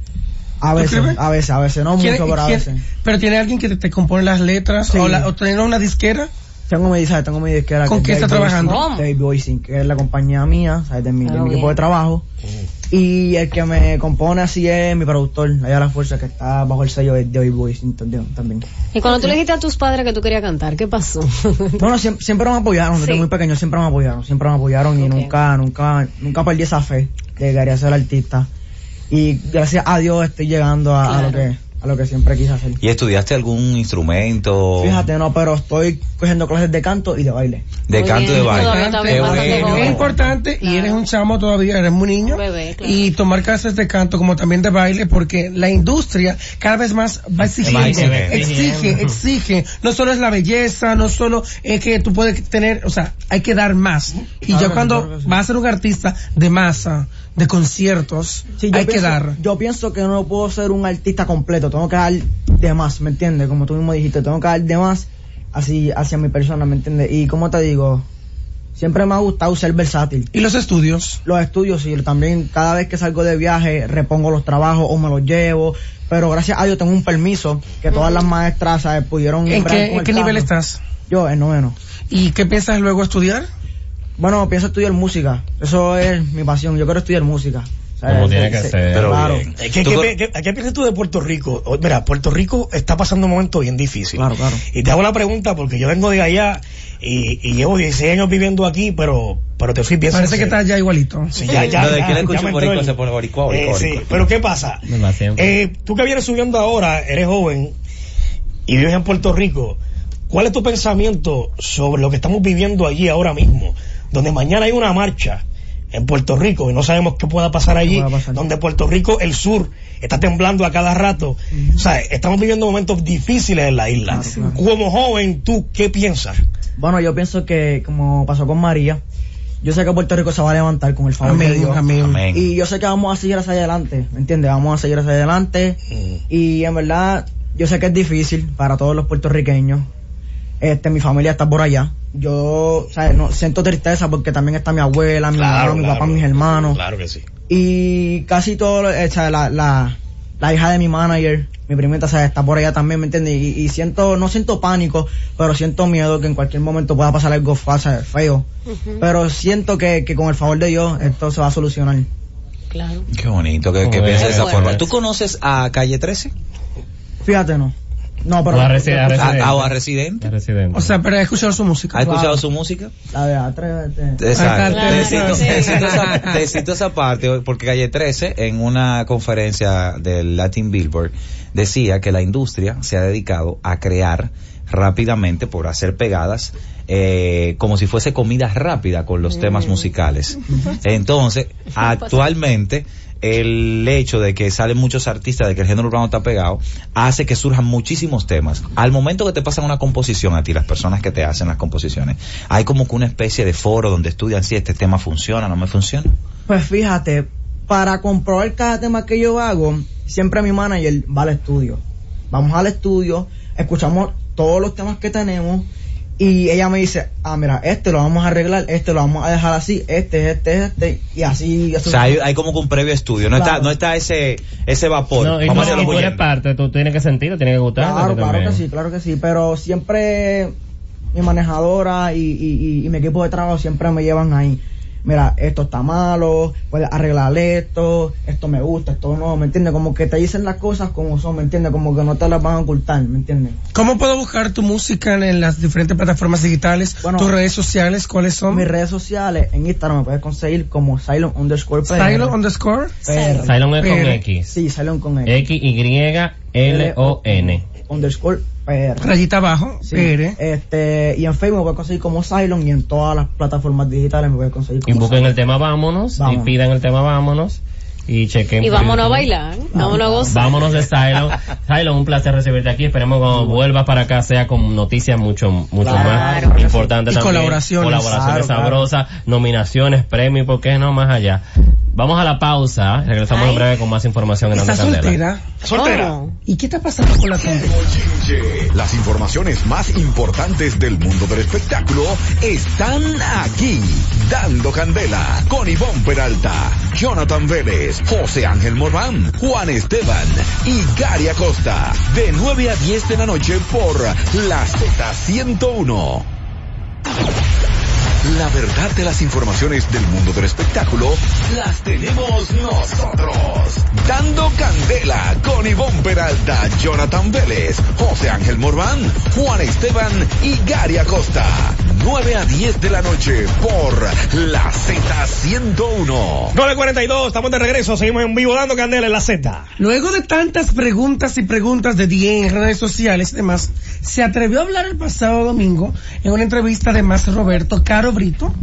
Speaker 7: A veces,
Speaker 5: escribes?
Speaker 7: a veces, a veces, no mucho,
Speaker 5: ¿Quién-
Speaker 7: pero a
Speaker 5: quién-
Speaker 7: veces.
Speaker 5: pero tiene alguien que te, te compone las letras
Speaker 7: Sí.
Speaker 5: o, la, o tiene una disquera.
Speaker 7: Tengo mi, ¿sabes? Tengo mi disquera.
Speaker 5: ¿Con
Speaker 7: que
Speaker 5: quién
Speaker 7: es
Speaker 5: está
Speaker 7: Dave
Speaker 5: trabajando?
Speaker 7: Voicing,
Speaker 2: ¿Cómo?
Speaker 7: Dave Voicing, que es la compañía mía, ¿sabes? De mi, de
Speaker 2: Ah,
Speaker 7: mi
Speaker 2: bien.
Speaker 7: equipo de trabajo. Y el que me compone así es mi productor, allá la fuerza, que está bajo el sello de Dave Voicing también. también.
Speaker 2: Y cuando tú le dijiste a tus padres que tú querías cantar, ¿qué pasó?
Speaker 7: Bueno, siem- siempre, me apoyaron, desde
Speaker 2: Sí.
Speaker 7: muy pequeño siempre me apoyaron, siempre me apoyaron y
Speaker 2: Ok.
Speaker 7: nunca, nunca, nunca perdí esa fe de que quería ser artista. Y gracias a Dios estoy llegando a, a lo
Speaker 2: Claro.
Speaker 7: que, a lo que siempre quise hacer.
Speaker 6: ¿Y estudiaste algún
Speaker 1: Oh.
Speaker 6: instrumento?
Speaker 7: Fíjate, no, pero estoy cogiendo clases de canto y de baile.
Speaker 6: De
Speaker 2: Muy
Speaker 6: canto
Speaker 2: bien,
Speaker 6: de baile.
Speaker 2: todavía está bien,
Speaker 6: Qué
Speaker 2: bastante
Speaker 6: bueno.
Speaker 2: joven.
Speaker 5: Es importante y
Speaker 2: Claro.
Speaker 5: eres un chamo todavía, eres muy niño.
Speaker 2: Bebé, claro.
Speaker 5: Y tomar clases de canto como también de baile porque la industria cada vez más va exigiendo,
Speaker 6: Más exige.
Speaker 5: exige, exige. No solo es la belleza, no solo es que tú puedes tener, o sea, hay que dar más. Y
Speaker 7: Claro,
Speaker 5: ya cuando
Speaker 7: claro que sí.
Speaker 5: vas a ser un artista de masa, de conciertos,
Speaker 7: Sí, yo
Speaker 5: hay que
Speaker 7: pienso-
Speaker 5: dar.
Speaker 7: Yo pienso que no puedo ser un artista completo, tengo que dar de más, ¿me entiendes? Como tú mismo dijiste, tengo que dar de más así hacia mi persona, ¿me entiendes? Y como te digo, siempre me ha gustado ser versátil.
Speaker 5: Y los estudios.
Speaker 7: Los estudios y también cada vez que salgo de viaje repongo los trabajos o me los llevo, pero gracias a Dios tengo un permiso que todas las maestras ¿sabes? pudieron...
Speaker 5: ¿En
Speaker 7: entrar
Speaker 5: qué,
Speaker 7: con
Speaker 5: en
Speaker 7: el
Speaker 5: qué nivel
Speaker 7: carro.
Speaker 5: estás?
Speaker 7: Yo, en noveno.
Speaker 5: ¿Y qué piensas luego estudiar?
Speaker 7: Bueno, pienso estudiar música, eso es mi pasión, yo quiero estudiar música. ¿sabes?
Speaker 4: Como tiene que
Speaker 7: Sí,
Speaker 4: ser.
Speaker 6: Pero
Speaker 7: claro.
Speaker 6: bien.
Speaker 3: Eh, ¿Qué,
Speaker 6: Tú
Speaker 3: qué
Speaker 6: co-
Speaker 3: pi- qué- ¿A qué piensas tú de Puerto Rico? O- Mira, Puerto Rico está pasando un momento bien difícil.
Speaker 7: Claro, claro.
Speaker 3: Y te hago la pregunta porque yo vengo de allá y, y llevo 16 años viviendo aquí, pero, pero te soy bien
Speaker 5: Parece que
Speaker 3: sincero.
Speaker 5: estás ya igualito.
Speaker 3: Sí, ya, ya,
Speaker 6: Lo de
Speaker 3: ya,
Speaker 6: que le
Speaker 3: ya me
Speaker 6: escucha un
Speaker 3: entró
Speaker 6: boricua,
Speaker 3: el-
Speaker 6: se pone boricua, boricua,
Speaker 3: Eh, sí,
Speaker 6: boricua.
Speaker 3: pero ¿qué pasa?
Speaker 4: Me va siempre.
Speaker 3: Eh, tú que vienes subiendo ahora, eres joven y vives en Puerto Rico, ¿cuál es tu pensamiento sobre lo que estamos viviendo allí ahora mismo? Donde mañana hay una marcha en Puerto Rico y no sabemos qué pueda pasar allí,
Speaker 7: pueda pasar.
Speaker 3: donde Puerto Rico, el sur, está temblando a cada rato. O sea, estamos viviendo momentos difíciles en la isla.
Speaker 7: Así es.
Speaker 3: Como joven, ¿tú qué piensas?
Speaker 7: Bueno, yo pienso que, como pasó con María, yo sé que Puerto Rico se va a levantar con el favor de
Speaker 5: Amén,
Speaker 7: Dios.
Speaker 5: amén.
Speaker 6: Amén.
Speaker 7: Y yo sé que vamos a seguir hacia adelante, ¿me entiendes? Vamos a seguir hacia adelante.
Speaker 3: Mm.
Speaker 7: Y en verdad, yo sé que es difícil para todos los puertorriqueños. Este, mi familia está por allá. Yo, ¿sabes? No, siento tristeza porque también está mi abuela, mi mamá, mi papá, mis hermanos.
Speaker 3: Claro que sí.
Speaker 7: Y casi todo, lo- eh, ¿sabes? La, la, la hija de mi manager, mi primita, ¿sabes? Está por allá también, ¿me entiendes? Y, y siento, no siento pánico, pero siento miedo que en cualquier momento pueda pasar algo fa- ¿sabes? feo. Pero siento que, que con el favor de Dios esto se va a solucionar.
Speaker 2: claro.
Speaker 6: Qué bonito que, que
Speaker 4: Bueno,
Speaker 6: pienses de esa
Speaker 4: bueno.
Speaker 6: forma. ¿Tú conoces a Calle 13?
Speaker 7: Fíjate, no. No, pero
Speaker 4: O a Residente, a
Speaker 6: ¿A,
Speaker 4: Residente.
Speaker 6: a- o a Residente?
Speaker 4: A Residente.
Speaker 5: Ah, O sea, pero he escuchado su música.
Speaker 6: ¿Has escuchado su música?
Speaker 7: la de atrévete.
Speaker 6: Exacto.
Speaker 5: Claro,
Speaker 6: Te cito-
Speaker 5: claro.
Speaker 6: te cito esa- te cito esa parte porque Calle 13 en una conferencia del Latin Billboard decía que la industria se ha dedicado a crear rápidamente por hacer pegadas eh, como si fuese comida rápida con los temas musicales. Entonces, actualmente el hecho de que salen muchos artistas, de que el género urbano está pegado, hace que surjan muchísimos temas. Al momento que te pasan una composición a ti, las personas que te hacen las composiciones, hay como que una especie de foro donde estudian si este tema funciona, no me funciona.
Speaker 7: Pues fíjate, para comprobar cada tema que yo hago, siempre mi manager va al estudio. Vamos al estudio, escuchamos todos los temas que tenemos y ella me dice, ah, mira, este lo vamos a arreglar, este lo vamos a dejar así, este, este, este, y así.
Speaker 6: O sea, hay, hay como que un previo estudio, no está,
Speaker 7: Claro.
Speaker 6: no está ese, ese vapor.
Speaker 4: no, y
Speaker 6: Vamos a
Speaker 4: tú,
Speaker 6: hacerlo
Speaker 4: y tú eres
Speaker 6: huyendo.
Speaker 4: parte, tú tienes que sentir, tienes que gustar.
Speaker 7: claro, claro que sí, claro que sí, pero siempre mi manejadora y, y- y- y mi equipo de trabajo siempre me llevan ahí. Mira, esto está malo, puedes arreglar esto, esto me gusta, esto no, ¿me entiendes? Como que te dicen las cosas como son, ¿me entiendes? Como que no te las van a ocultar, ¿me entiendes?
Speaker 5: ¿Cómo puedo buscar tu música en, en las diferentes plataformas digitales?
Speaker 7: Bueno,
Speaker 5: ¿Tus redes sociales cuáles son?
Speaker 7: Mis redes sociales, en Instagram me puedes conseguir como Silent underscore PR.
Speaker 5: Silo underscore.
Speaker 7: PR.
Speaker 4: Cylon es con
Speaker 5: Pero-
Speaker 4: X.
Speaker 7: Sí, Silent con E, X.
Speaker 4: X-Y-L-O-N.
Speaker 7: Underscore PR.
Speaker 5: Rayita abajo.
Speaker 7: Sí,
Speaker 5: PR.
Speaker 7: Este, y en Facebook me puedes conseguir como Silent y en todas las plataformas digitales me puedes conseguir
Speaker 4: Y
Speaker 7: como
Speaker 4: busquen
Speaker 7: Cylon.
Speaker 4: el tema Vámonos, y
Speaker 7: Vámonos.
Speaker 4: pidan el tema Vámonos, y chequen.
Speaker 2: Y
Speaker 4: por
Speaker 2: vámonos a
Speaker 4: YouTube.
Speaker 2: bailar, vámonos a gozar.
Speaker 4: Vámonos de Cylon. Cylon, un placer recibirte aquí. Esperemos que cuando vuelvas para acá sea con noticias mucho, mucho
Speaker 7: Claro,
Speaker 4: más
Speaker 7: sí.
Speaker 4: importantes
Speaker 5: Y
Speaker 4: también.
Speaker 5: colaboraciones.
Speaker 4: Colaboraciones
Speaker 7: Claro, claro.
Speaker 4: sabrosas, nominaciones, premios, ¿por qué no? Más allá. Vamos a la pausa. Regresamos
Speaker 2: Ay.
Speaker 4: en breve con más información en
Speaker 5: Está
Speaker 4: Onda Candela.
Speaker 5: soltera.
Speaker 3: Soltera.
Speaker 2: Oh.
Speaker 5: ¿Y qué está pasando con la soltera?
Speaker 1: Las informaciones más importantes del mundo del espectáculo están aquí. Dando Candela con Ivonne Peralta, Jonathan Vélez, José Ángel Morán, Juan Esteban y Gary Acosta. De 9 a 10 de la noche por la Z101. La verdad de las informaciones del mundo del espectáculo las tenemos nosotros. Dando candela con Ivonne Peralta, Jonathan Vélez, José Ángel Morván, Juan Esteban y Gary Acosta. 9 a 10 de la noche por la Z101.
Speaker 3: 9.42, estamos de regreso, seguimos en vivo dando candela en la Z.
Speaker 5: Luego de tantas preguntas y preguntas de día en redes sociales y demás, se atrevió a hablar el pasado domingo en una entrevista de más Roberto Caro Brito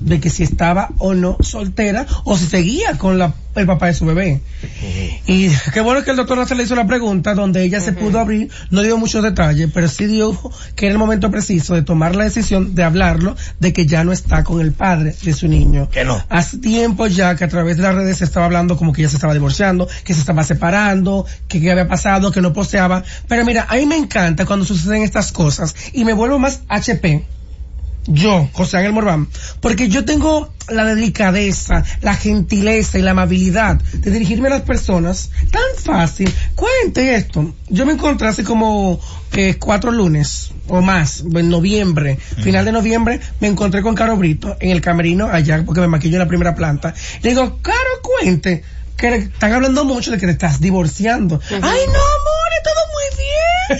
Speaker 5: de que si estaba o no soltera o si seguía con la- el papá de su bebé. Y qué bueno que el doctor no se le hizo la pregunta donde ella se pudo abrir, no dio muchos detalles, pero sí dio que era el momento preciso de tomar la decisión de hablarlo, de que ya no está con el padre de su niño.
Speaker 3: Que no.
Speaker 5: Hace tiempo ya que a través de las redes se estaba hablando como que ya se estaba divorciando, que se estaba separando, que qué había pasado, que no poseaba. Pero mira, a mí me encanta cuando suceden estas cosas y me vuelvo más HP. Yo, José Ángel Morván, porque yo tengo la delicadeza, la gentileza y la amabilidad de dirigirme a las personas tan fácil. Cuente esto. Yo me encontré hace como eh, cuatro lunes o más, en noviembre, final de noviembre, me encontré con Caro Brito en el camerino allá, porque me maquillo en la primera planta. Le digo, Caro, cuente, que le- están hablando mucho de que te estás divorciando. Ay, no, amor, todo muy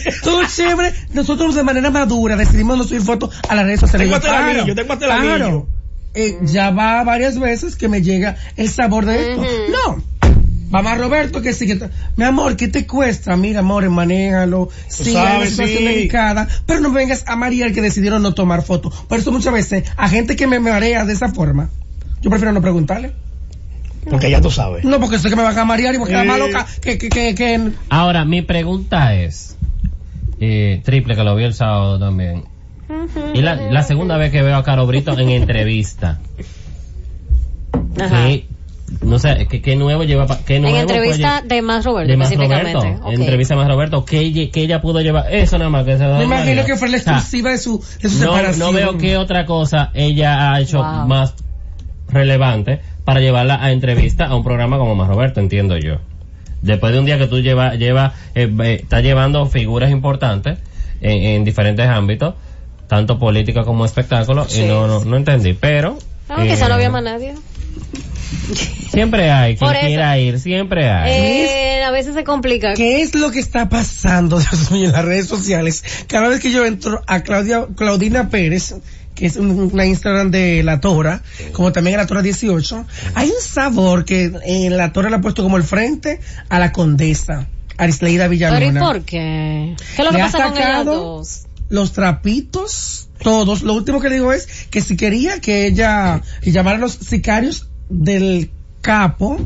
Speaker 5: bien. Todo chévere. Nosotros de manera madura decidimos no subir fotos a las redes sociales.
Speaker 3: Tengo
Speaker 5: Yo,
Speaker 3: hasta el
Speaker 5: claro,
Speaker 3: anillo, tengo hasta el
Speaker 5: claro.
Speaker 3: anillo.
Speaker 5: Eh, ya va varias veces que me llega el sabor de esto. No. Mamá Roberto, que sí, que t- mi amor, ¿qué te cuesta? Mira, amor, manéjalo. Sí, hay una
Speaker 3: sabes,
Speaker 5: situación
Speaker 3: sí.
Speaker 5: delicada, pero no vengas a marear que decidieron no tomar fotos. Por eso muchas veces, a gente que me marea de esa forma, yo prefiero no preguntarle.
Speaker 3: Porque ya tú sabes.
Speaker 5: No, porque sé que me van a marear y porque quedar
Speaker 3: Eh.
Speaker 5: más loca que, que, que, que-
Speaker 4: Ahora, mi pregunta es, eh, triple que lo vi el sábado también. Y la, la segunda vez que veo a Caro Brito en entrevista.
Speaker 2: Ajá.
Speaker 4: Sí. No sé, ¿qué, qué nuevo lleva? pa- ¿Qué
Speaker 2: En
Speaker 4: nuevo
Speaker 2: entrevista
Speaker 4: puede-
Speaker 2: de más Roberto,
Speaker 4: de más
Speaker 2: específicamente.
Speaker 4: Roberto.
Speaker 2: Ok.
Speaker 4: Entrevista de más Roberto. ¿Qué, lle- qué ella pudo llevar? Eso nada más. Que se
Speaker 5: Me imagino que fue la
Speaker 4: O sea,
Speaker 5: exclusiva de su, de su
Speaker 4: no,
Speaker 5: separación.
Speaker 4: no veo qué otra cosa ella ha hecho
Speaker 2: Wow.
Speaker 4: más relevante para llevarla a entrevista a un programa como Más Roberto, entiendo yo. Después de un día que tú llevas, lleva, eh, eh, estás llevando figuras importantes en, en diferentes ámbitos, tanto política como espectáculo, y no, no, no entendí, pero...
Speaker 2: Ah,
Speaker 4: eh,
Speaker 2: quizá no había más nadie.
Speaker 4: Siempre hay, quien
Speaker 2: Por eso.
Speaker 4: quiera ir, siempre hay.
Speaker 2: Eh, a veces se complica.
Speaker 5: ¿Qué es lo que está pasando Dios mío, en las redes sociales? Cada vez que yo entro a Claudia, Claudina Pérez, que es un- una Instagram de La Tora, como también a La Tora 18, hay un sabor que en La Tora le ha puesto como el frente a la condesa, Arisleida
Speaker 2: Pero ¿y
Speaker 5: Villalona.
Speaker 2: por qué? ¿Qué es lo que
Speaker 5: Le ha
Speaker 2: pasa con ellas
Speaker 5: sacado
Speaker 2: dos?
Speaker 5: los trapitos, todos. Lo último que le digo es que si quería que ella llamara a los sicarios del capo,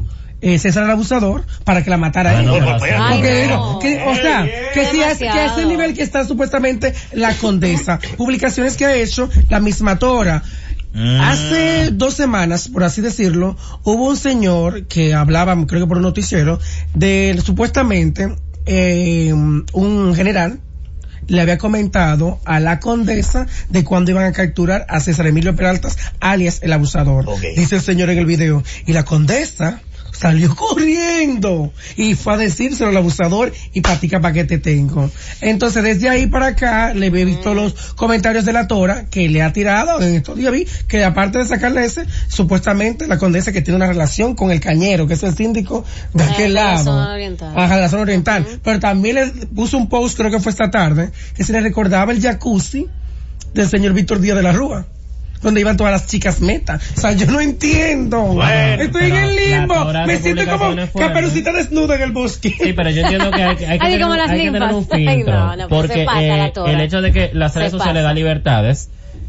Speaker 5: eh, César el abusador, para que la matara
Speaker 4: Ah,
Speaker 5: a
Speaker 4: no,
Speaker 5: ella.
Speaker 4: pero
Speaker 3: Ay,
Speaker 4: así-
Speaker 5: Porque
Speaker 2: no.
Speaker 5: digo, que, o sea, que si es, que es el nivel que está supuestamente la condesa. Publicaciones que ha hecho la misma Tora.
Speaker 4: Ah.
Speaker 5: Hace dos semanas, por así decirlo, hubo un señor que hablaba, creo que por un noticiero, de supuestamente eh, un general le había comentado a la condesa de cuando iban a capturar a César Emilio Peraltas, alias el abusador.
Speaker 3: Ok.
Speaker 5: Dice el señor en el video. Y la condesa salió corriendo y fue a decírselo al abusador y patica pa' que te tengo. Entonces desde ahí para acá le he visto los comentarios de la Tora que le ha tirado. En estos días vi que aparte de sacarle ese, supuestamente la condesa que tiene una relación con el cañero, que es el síndico de
Speaker 2: Ah,
Speaker 5: aquel
Speaker 2: de la
Speaker 5: lado.
Speaker 2: zona oriental.
Speaker 5: Ajá, de la zona oriental. Pero también le puso un post, creo que fue esta tarde, que se le recordaba el jacuzzi del señor Víctor Díaz de la Rúa. Donde iban todas las chicas meta. O sea, yo no entiendo.
Speaker 3: Bueno,
Speaker 5: Estoy en
Speaker 4: pero
Speaker 5: el
Speaker 4: la
Speaker 5: limbo.
Speaker 4: Torá
Speaker 5: Me
Speaker 4: de
Speaker 5: siento como
Speaker 4: publicaciones fue,
Speaker 5: caperucita desnuda en el bosque.
Speaker 4: Sí, pero yo entiendo que hay, que- hay que,
Speaker 2: Así
Speaker 4: tener,
Speaker 2: como las
Speaker 4: hay que tener
Speaker 2: ninfas.
Speaker 4: un filtro.
Speaker 2: Ay, no, no, pero se
Speaker 4: porque
Speaker 2: pasa la
Speaker 4: eh,
Speaker 2: tora.
Speaker 4: el hecho de que las
Speaker 2: Se
Speaker 4: redes sociales
Speaker 2: pasa.
Speaker 4: dan libertades,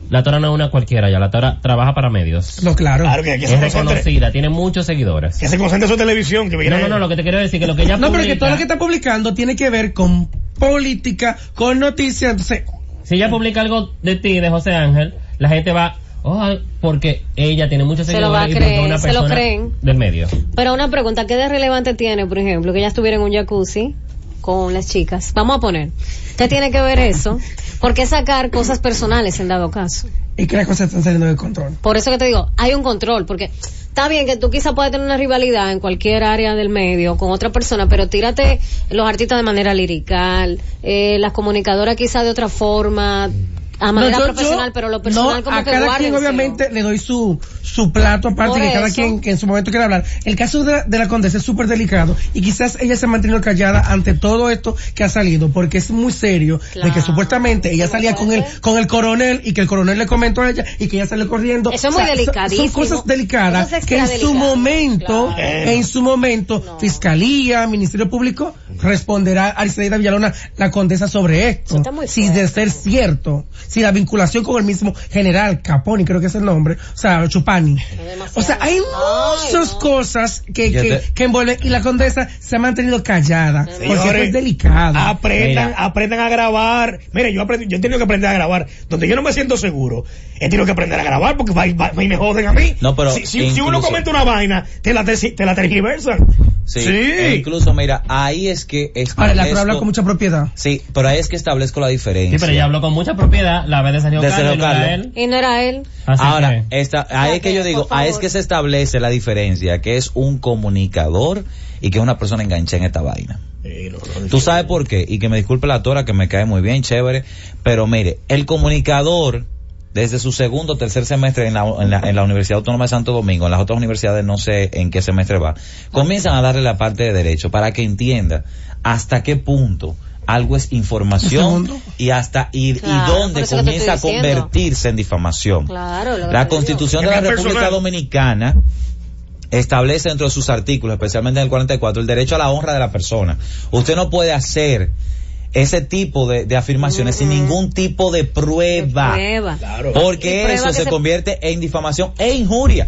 Speaker 4: la Tora no es una cualquiera ya, la Tora trabaja para medios.
Speaker 5: No, claro.
Speaker 3: Claro que, que se
Speaker 4: es
Speaker 3: concentre.
Speaker 4: reconocida, tiene muchos seguidores.
Speaker 3: Que se concentre en su televisión. Que
Speaker 4: No, no, no, lo que te quiero decir que lo que ella
Speaker 5: No, pero que
Speaker 4: publica-
Speaker 5: todo lo que está publicando tiene que ver con política, con noticias. Entonces,
Speaker 4: si ella publica algo de ti, de José Ángel, la gente va oh, ah, porque ella tiene muchos
Speaker 2: Se lo va a
Speaker 4: seguidores y porque
Speaker 2: creer,
Speaker 4: una
Speaker 2: se lo
Speaker 4: persona
Speaker 2: creen.
Speaker 4: del medio.
Speaker 2: Pero una pregunta, ¿qué de relevante tiene, por ejemplo, que ella estuviera en un jacuzzi con las chicas? Vamos a poner. ¿Qué tiene que ver eso? ¿Por qué sacar cosas personales en dado caso?
Speaker 5: Y que las cosas están saliendo de control.
Speaker 2: Por eso que te digo, hay un control, porque está bien que tú quizás puedas tener una rivalidad en cualquier área del medio con otra persona, pero tírate los artistas de manera lirical, eh, las comunicadoras quizás de otra forma, a manera
Speaker 5: No, yo-
Speaker 2: profesional,
Speaker 5: yo-
Speaker 2: pero lo personal
Speaker 5: no,
Speaker 2: como
Speaker 5: a
Speaker 2: que
Speaker 5: cada quien
Speaker 2: guárdenselo.
Speaker 5: obviamente le doy su su plato aparte
Speaker 2: Por
Speaker 5: que cada
Speaker 2: eso.
Speaker 5: quien que en su momento quiera hablar. El caso de la, de la condesa es súper delicado y quizás ella se ha mantenido callada ante todo esto que ha salido porque es muy serio de que
Speaker 2: Claro.
Speaker 5: supuestamente ella
Speaker 2: ¿Cómo
Speaker 5: salía con el
Speaker 2: puede ser?
Speaker 5: con el coronel y que el coronel le comentó a ella y que ella salió corriendo.
Speaker 2: Eso es muy
Speaker 5: son-
Speaker 2: delicadísimo.
Speaker 5: Son cosas delicadas
Speaker 2: Eso es
Speaker 5: que en
Speaker 2: extra
Speaker 5: su
Speaker 2: delicado,
Speaker 5: momento
Speaker 2: claro.
Speaker 5: en su momento
Speaker 2: No.
Speaker 5: fiscalía, ministerio público responderá a Aristideida Villalona la condesa sobre esto.
Speaker 2: Eso está muy
Speaker 5: si de
Speaker 2: fuerte.
Speaker 5: ser cierto, si la vinculación con el mismo general Caponi, creo que es el nombre, o sea, Chupani.
Speaker 2: demasiado.
Speaker 5: O sea, hay
Speaker 2: Ay,
Speaker 5: muchas
Speaker 2: no.
Speaker 5: cosas que,
Speaker 6: Yo
Speaker 5: que,
Speaker 6: te-
Speaker 5: que envuelven y la condesa se ha mantenido callada porque esto
Speaker 3: Señores,
Speaker 5: es delicado.
Speaker 6: ah, pues,
Speaker 3: Aprendan,
Speaker 6: Mira.
Speaker 3: aprendan a grabar. Mire, yo aprendí, yo he tenido que aprender a grabar. Donde yo no me siento seguro, he tenido que aprender a grabar porque va, va- va y me joden a mí.
Speaker 6: No, pero
Speaker 3: si, si- si uno
Speaker 6: incluso-
Speaker 3: comenta una vaina, te la, terci- te la tergiversan.
Speaker 6: Sí. E incluso, mira, ahí es que
Speaker 5: Ahora, la palabra
Speaker 6: establezco-
Speaker 5: habla con mucha propiedad.
Speaker 6: Sí, pero ahí es que establezco la
Speaker 4: Sí,
Speaker 6: diferencia.
Speaker 4: pero ella habló con mucha propiedad, la vez de Sergio
Speaker 6: De
Speaker 4: Carlos,
Speaker 6: Sergio
Speaker 4: y no era
Speaker 6: Carlos.
Speaker 4: él.
Speaker 2: Y no era él.
Speaker 4: Así
Speaker 6: Ahora,
Speaker 4: que-
Speaker 6: esta, ahí es que yo
Speaker 2: Espérate,
Speaker 6: digo,
Speaker 2: por
Speaker 6: ahí
Speaker 2: favor.
Speaker 6: es que se establece la diferencia, que es un comunicador y que es una persona enganchada en esta vaina. Tú sabes por qué, y que me disculpe la tora que me cae muy bien, chévere, pero mire, el comunicador, desde su segundo o tercer semestre en la, en, la, en la Universidad Autónoma de Santo Domingo, en las otras universidades no sé en qué semestre va, comienzan a darle la parte de derecho para que entienda hasta qué punto algo es
Speaker 5: Un
Speaker 6: información
Speaker 5: segundo.
Speaker 6: y hasta ir
Speaker 2: Claro,
Speaker 6: y dónde
Speaker 2: por eso que te
Speaker 6: comienza a
Speaker 2: estoy diciendo.
Speaker 6: convertirse en difamación.
Speaker 2: Claro, lo que
Speaker 6: La
Speaker 2: te digo.
Speaker 6: Constitución de
Speaker 3: Que
Speaker 6: la
Speaker 3: no es
Speaker 6: República
Speaker 3: personal.
Speaker 6: Dominicana establece dentro de sus artículos, especialmente en el 44, el derecho a la honra de la persona. Usted no puede hacer ese tipo de, de afirmaciones sin ningún tipo de prueba.
Speaker 2: Prueba. Y
Speaker 6: Porque
Speaker 2: prueba
Speaker 6: eso
Speaker 2: que
Speaker 6: se
Speaker 2: se-
Speaker 6: convierte en difamación e injuria.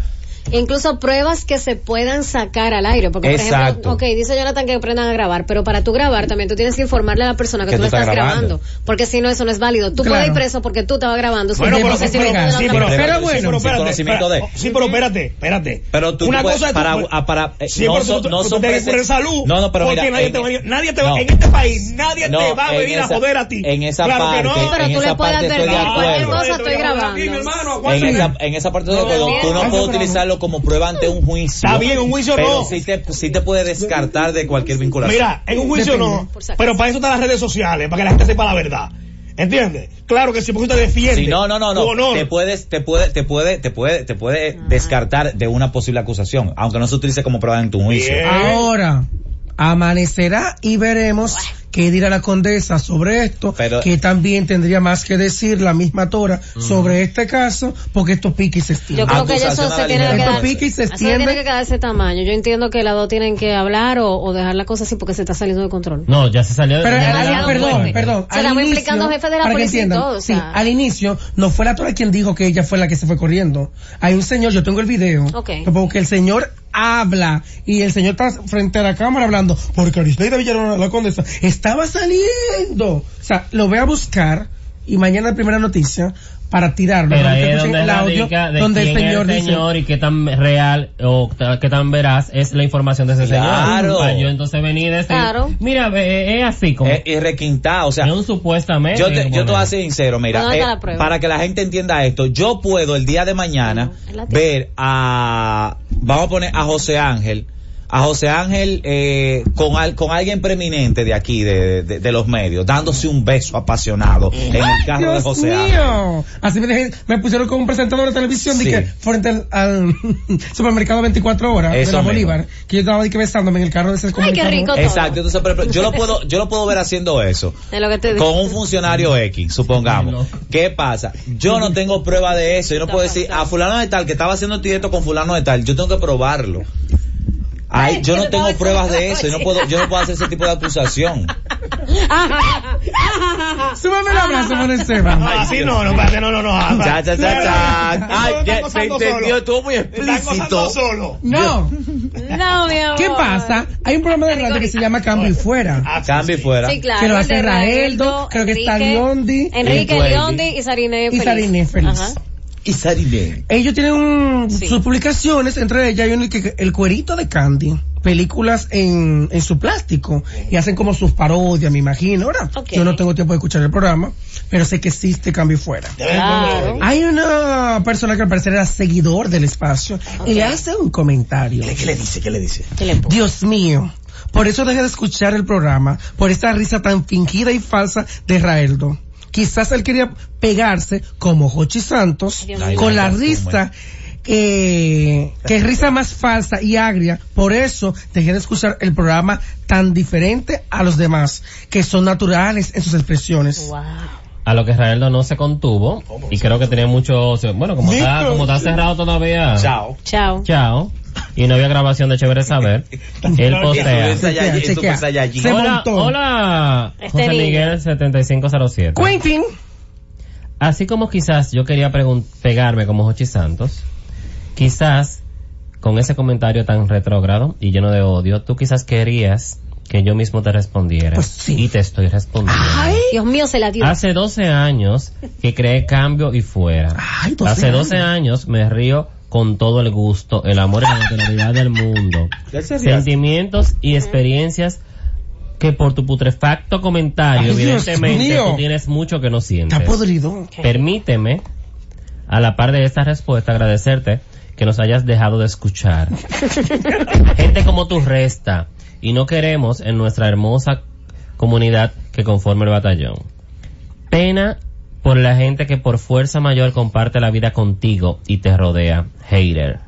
Speaker 2: Incluso pruebas que se puedan sacar al aire. Porque, por
Speaker 6: Exacto.
Speaker 2: ejemplo, ok, dice Jonathan que aprendan a grabar, pero para tú grabar también tú tienes que informarle a la persona que, tú, le estás grabando. Porque si no, eso no es válido. Tú
Speaker 5: Claro.
Speaker 2: puedes ir preso porque tú estabas grabando. sin
Speaker 3: Bueno,
Speaker 2: que
Speaker 3: pero,
Speaker 2: posesión
Speaker 3: pero-
Speaker 2: de la
Speaker 3: sí,
Speaker 2: otra
Speaker 3: pero,
Speaker 6: Pero
Speaker 3: pero
Speaker 6: bueno,
Speaker 3: bueno,
Speaker 6: sin
Speaker 3: espérate,
Speaker 6: conocimiento
Speaker 3: espérate.
Speaker 6: de-
Speaker 3: Sí, pero espérate, espérate.
Speaker 6: Pero tú no puedes-
Speaker 3: es tú-
Speaker 6: para- a- para- eh,
Speaker 3: sí,
Speaker 6: no
Speaker 3: pero tú-
Speaker 6: son-
Speaker 3: tú-
Speaker 6: no
Speaker 3: tú
Speaker 6: son
Speaker 3: te tienes que
Speaker 6: presen-
Speaker 3: curar salud.
Speaker 6: No, no, pero
Speaker 3: porque
Speaker 6: mira,
Speaker 3: nadie
Speaker 6: en- e-
Speaker 3: te va a- nadie te va-
Speaker 6: no.
Speaker 3: en este país nadie
Speaker 6: No,
Speaker 3: te va a
Speaker 6: en
Speaker 3: venir
Speaker 6: esa-
Speaker 3: a joder a ti.
Speaker 6: en esa
Speaker 3: Claro que
Speaker 6: parte-
Speaker 3: no.
Speaker 2: Sí, pero
Speaker 6: en
Speaker 2: tú
Speaker 6: esa
Speaker 2: le puedes
Speaker 6: parte estoy de
Speaker 2: advertir cualquier
Speaker 6: acuerdo.
Speaker 2: cosa estoy
Speaker 3: Aquí, mi
Speaker 2: grabando.
Speaker 3: hermano,
Speaker 6: En
Speaker 3: acuérdate.
Speaker 6: esa, en esa parte de acuerdo, tú no puedes utilizarlo como prueba ante un juicio.
Speaker 3: Está bien, un juicio
Speaker 6: pero
Speaker 3: no.
Speaker 6: sí te, sí te puede descartar de cualquier vinculación.
Speaker 3: Mira, en un juicio no,
Speaker 2: Por si acaso.
Speaker 3: pero para eso están las redes sociales, para que la gente sepa la verdad. ¿Entiendes? Claro que si porque usted defiende.
Speaker 6: Sí, no, no, no,
Speaker 3: tu
Speaker 6: no.
Speaker 3: honor. Ah,
Speaker 6: Te puedes, te puede, te puede, te puede, te puede
Speaker 2: Ah.
Speaker 6: descartar de una posible acusación, aunque no se utilice como prueba en tu juicio.
Speaker 3: Bien.
Speaker 5: Ahora, amanecerá y veremos qué dirá la condesa sobre esto,
Speaker 6: Pero-
Speaker 5: que también tendría más que decir la misma Tora sobre este caso, porque esto pique y se
Speaker 2: Yo
Speaker 5: estira.
Speaker 2: creo que eso
Speaker 6: Acusación a
Speaker 2: se
Speaker 6: la
Speaker 2: tiene que
Speaker 6: libertad.
Speaker 2: quedar.
Speaker 5: esto pique y se
Speaker 2: Eso se tiene que
Speaker 5: extiende.
Speaker 2: quedar ese tamaño. Yo entiendo que las dos tienen que hablar o, o dejar la cosa así porque se está saliendo de control.
Speaker 4: No, ya se salió de
Speaker 5: Pero,
Speaker 4: ya
Speaker 5: al-
Speaker 4: era-
Speaker 5: perdón,
Speaker 2: fuerte.
Speaker 5: perdón.
Speaker 2: Se la
Speaker 5: al
Speaker 2: va
Speaker 5: inicio,
Speaker 2: implicando jefe de la
Speaker 5: para que
Speaker 2: policía y
Speaker 5: entiendan,
Speaker 2: todo, o
Speaker 5: sí,
Speaker 2: sea.
Speaker 5: al inicio no fue la Tora quien dijo que ella fue la que se fue corriendo. Hay un señor, yo tengo el video,
Speaker 2: Ok.
Speaker 5: porque el señor habla y el señor está frente a la cámara hablando porque Aristeida Villarona, la condesa, estaba saliendo. O sea, lo voy a buscar y mañana la primera noticia para tirarlo.
Speaker 4: Pero
Speaker 5: para
Speaker 4: ahí
Speaker 5: que
Speaker 4: es
Speaker 5: escuchen
Speaker 4: donde radica de
Speaker 5: donde el
Speaker 4: quién es
Speaker 5: señor
Speaker 4: el
Speaker 5: dice,
Speaker 4: señor y qué tan real o ta- qué tan veraz es la información de ese
Speaker 6: Claro.
Speaker 4: señor. Para yo entonces venir y decir,
Speaker 2: Claro.
Speaker 4: mira, ve, es así como,
Speaker 6: Eh, y requintado, o sea,
Speaker 4: es un supuestamente.
Speaker 6: yo te, yo te voy a
Speaker 4: bueno.
Speaker 6: ser sincero, mira,
Speaker 2: ¿Dónde está
Speaker 6: eh,
Speaker 2: la prueba?
Speaker 6: para que la gente entienda esto, yo puedo el día de mañana
Speaker 2: Ujú, en la tienda.
Speaker 6: ver a, vamos a poner a José Ángel, a José Ángel eh, con, al- con alguien preeminente de aquí, de, de- de los medios, dándose un beso apasionado en el carro de
Speaker 5: Dios
Speaker 6: José Ángel.
Speaker 5: mío. Así me, dejé- me pusieron como un presentador de televisión
Speaker 6: Sí.
Speaker 5: de que frente al, al supermercado 24 horas
Speaker 6: Eso
Speaker 5: de la
Speaker 6: mismo.
Speaker 5: Bolívar, que yo estaba de que besándome en el carro de ese comunicador.
Speaker 2: rico. todo.
Speaker 6: Exacto, entonces, por ejemplo, yo lo puedo, yo lo puedo ver haciendo eso.
Speaker 2: Es lo que te digo.
Speaker 6: con un funcionario X, supongamos. ¿Qué pasa? Yo no tengo prueba de eso. Yo no puedo decir a fulano de tal que estaba haciendo directo con fulano de tal. Yo tengo que probarlo. Ay, yo no tengo pruebas de eso. Yo no puedo, yo no puedo hacer ese tipo de acusación.
Speaker 5: Súbame
Speaker 2: Ah.
Speaker 5: el abrazo por Esteban.
Speaker 3: Ay, sí, no, no, espérate, no, no, no. ah,
Speaker 6: Cha, cha, cha,
Speaker 3: espérate.
Speaker 6: cha. Ah, Ay,
Speaker 3: Están
Speaker 6: ya, se
Speaker 3: gozando
Speaker 6: entendió,
Speaker 3: solo.
Speaker 6: estuvo muy
Speaker 3: Están
Speaker 6: explícito.
Speaker 3: gozando solo.
Speaker 5: No,
Speaker 2: No, mi amor.
Speaker 5: ¿qué pasa? Hay un programa de radio que se llama Cambio y Fuera.
Speaker 3: Ah, sí,
Speaker 6: Cambio y
Speaker 3: sí.
Speaker 6: fuera.
Speaker 2: Sí, claro.
Speaker 5: Que lo hace
Speaker 2: el de
Speaker 5: Raeldo, creo que está Liondi.
Speaker 2: Enrique
Speaker 6: Liondi.
Speaker 2: Liondi y Sarine
Speaker 5: Y
Speaker 2: Feliz.
Speaker 5: Sarine Feliz.
Speaker 2: Ajá.
Speaker 6: y Sarimé.
Speaker 5: Ellos tienen un-
Speaker 2: Sí.
Speaker 5: sus publicaciones, entre ellas hay una que el cuerito de Candy, películas en, en su plástico, y hacen como sus parodias, me imagino, ¿verdad?
Speaker 2: Ok.
Speaker 5: Yo no tengo tiempo de escuchar el programa, pero sé que existe Cambio y Fuera.
Speaker 2: Claro.
Speaker 5: Hay una persona que al parecer era seguidor del espacio y le hace un comentario.
Speaker 6: ¿Qué le dice? ¿Qué le dice?
Speaker 2: ¿Qué le pongo?
Speaker 5: Dios mío, por eso dejé de escuchar el programa, por esta risa tan fingida y falsa de Raeldo. Quizás él quería pegarse como Jochi Santos
Speaker 2: Dios mío.
Speaker 5: con la
Speaker 6: Ay,
Speaker 5: risa que, que risa más falsa y agria. Por eso dejé de escuchar el programa tan diferente a los demás, que son naturales en sus expresiones.
Speaker 2: Wow.
Speaker 4: a lo que Israel no se contuvo y creo que tenía mucho bueno como está como está cerrado todavía
Speaker 6: Chao.
Speaker 2: Chao.
Speaker 4: chao y no había grabación de chévere saber él postea
Speaker 6: Eso es
Speaker 5: Chequea,
Speaker 6: Saiyajin,
Speaker 5: chequea.
Speaker 6: Super Saiyajin.
Speaker 5: Se
Speaker 4: hola
Speaker 5: montó.
Speaker 4: hola
Speaker 2: Este
Speaker 4: José
Speaker 2: niño.
Speaker 4: Miguel 7507
Speaker 5: Quentin,
Speaker 4: así como quizás yo quería pregun- pegarme como Jochi Santos quizás con ese comentario tan retrógrado y lleno de odio tú quizás querías que yo mismo te respondiera
Speaker 5: Pues sí.
Speaker 4: y te estoy respondiendo
Speaker 2: Dios mío, se la dio.
Speaker 4: Hace 12 años que creé cambio y fuera.
Speaker 5: Ay, 12
Speaker 4: Hace 12 años me río con todo el gusto, el amor y la naturalidad del mundo.
Speaker 6: Ya se ríe.
Speaker 4: Sentimientos y experiencias que por tu putrefacto
Speaker 5: Ay,
Speaker 4: comentario,
Speaker 5: Dios
Speaker 4: evidentemente,
Speaker 5: mío.
Speaker 4: tú tienes mucho que no sientes.
Speaker 5: está podrido.
Speaker 4: Permíteme, a la par de esta respuesta, agradecerte que nos hayas dejado de escuchar. Gente como tú resta y no queremos en nuestra hermosa comunidad que conforma el batallón. Pena por la gente que por fuerza mayor comparte la vida contigo y te rodea. Hater.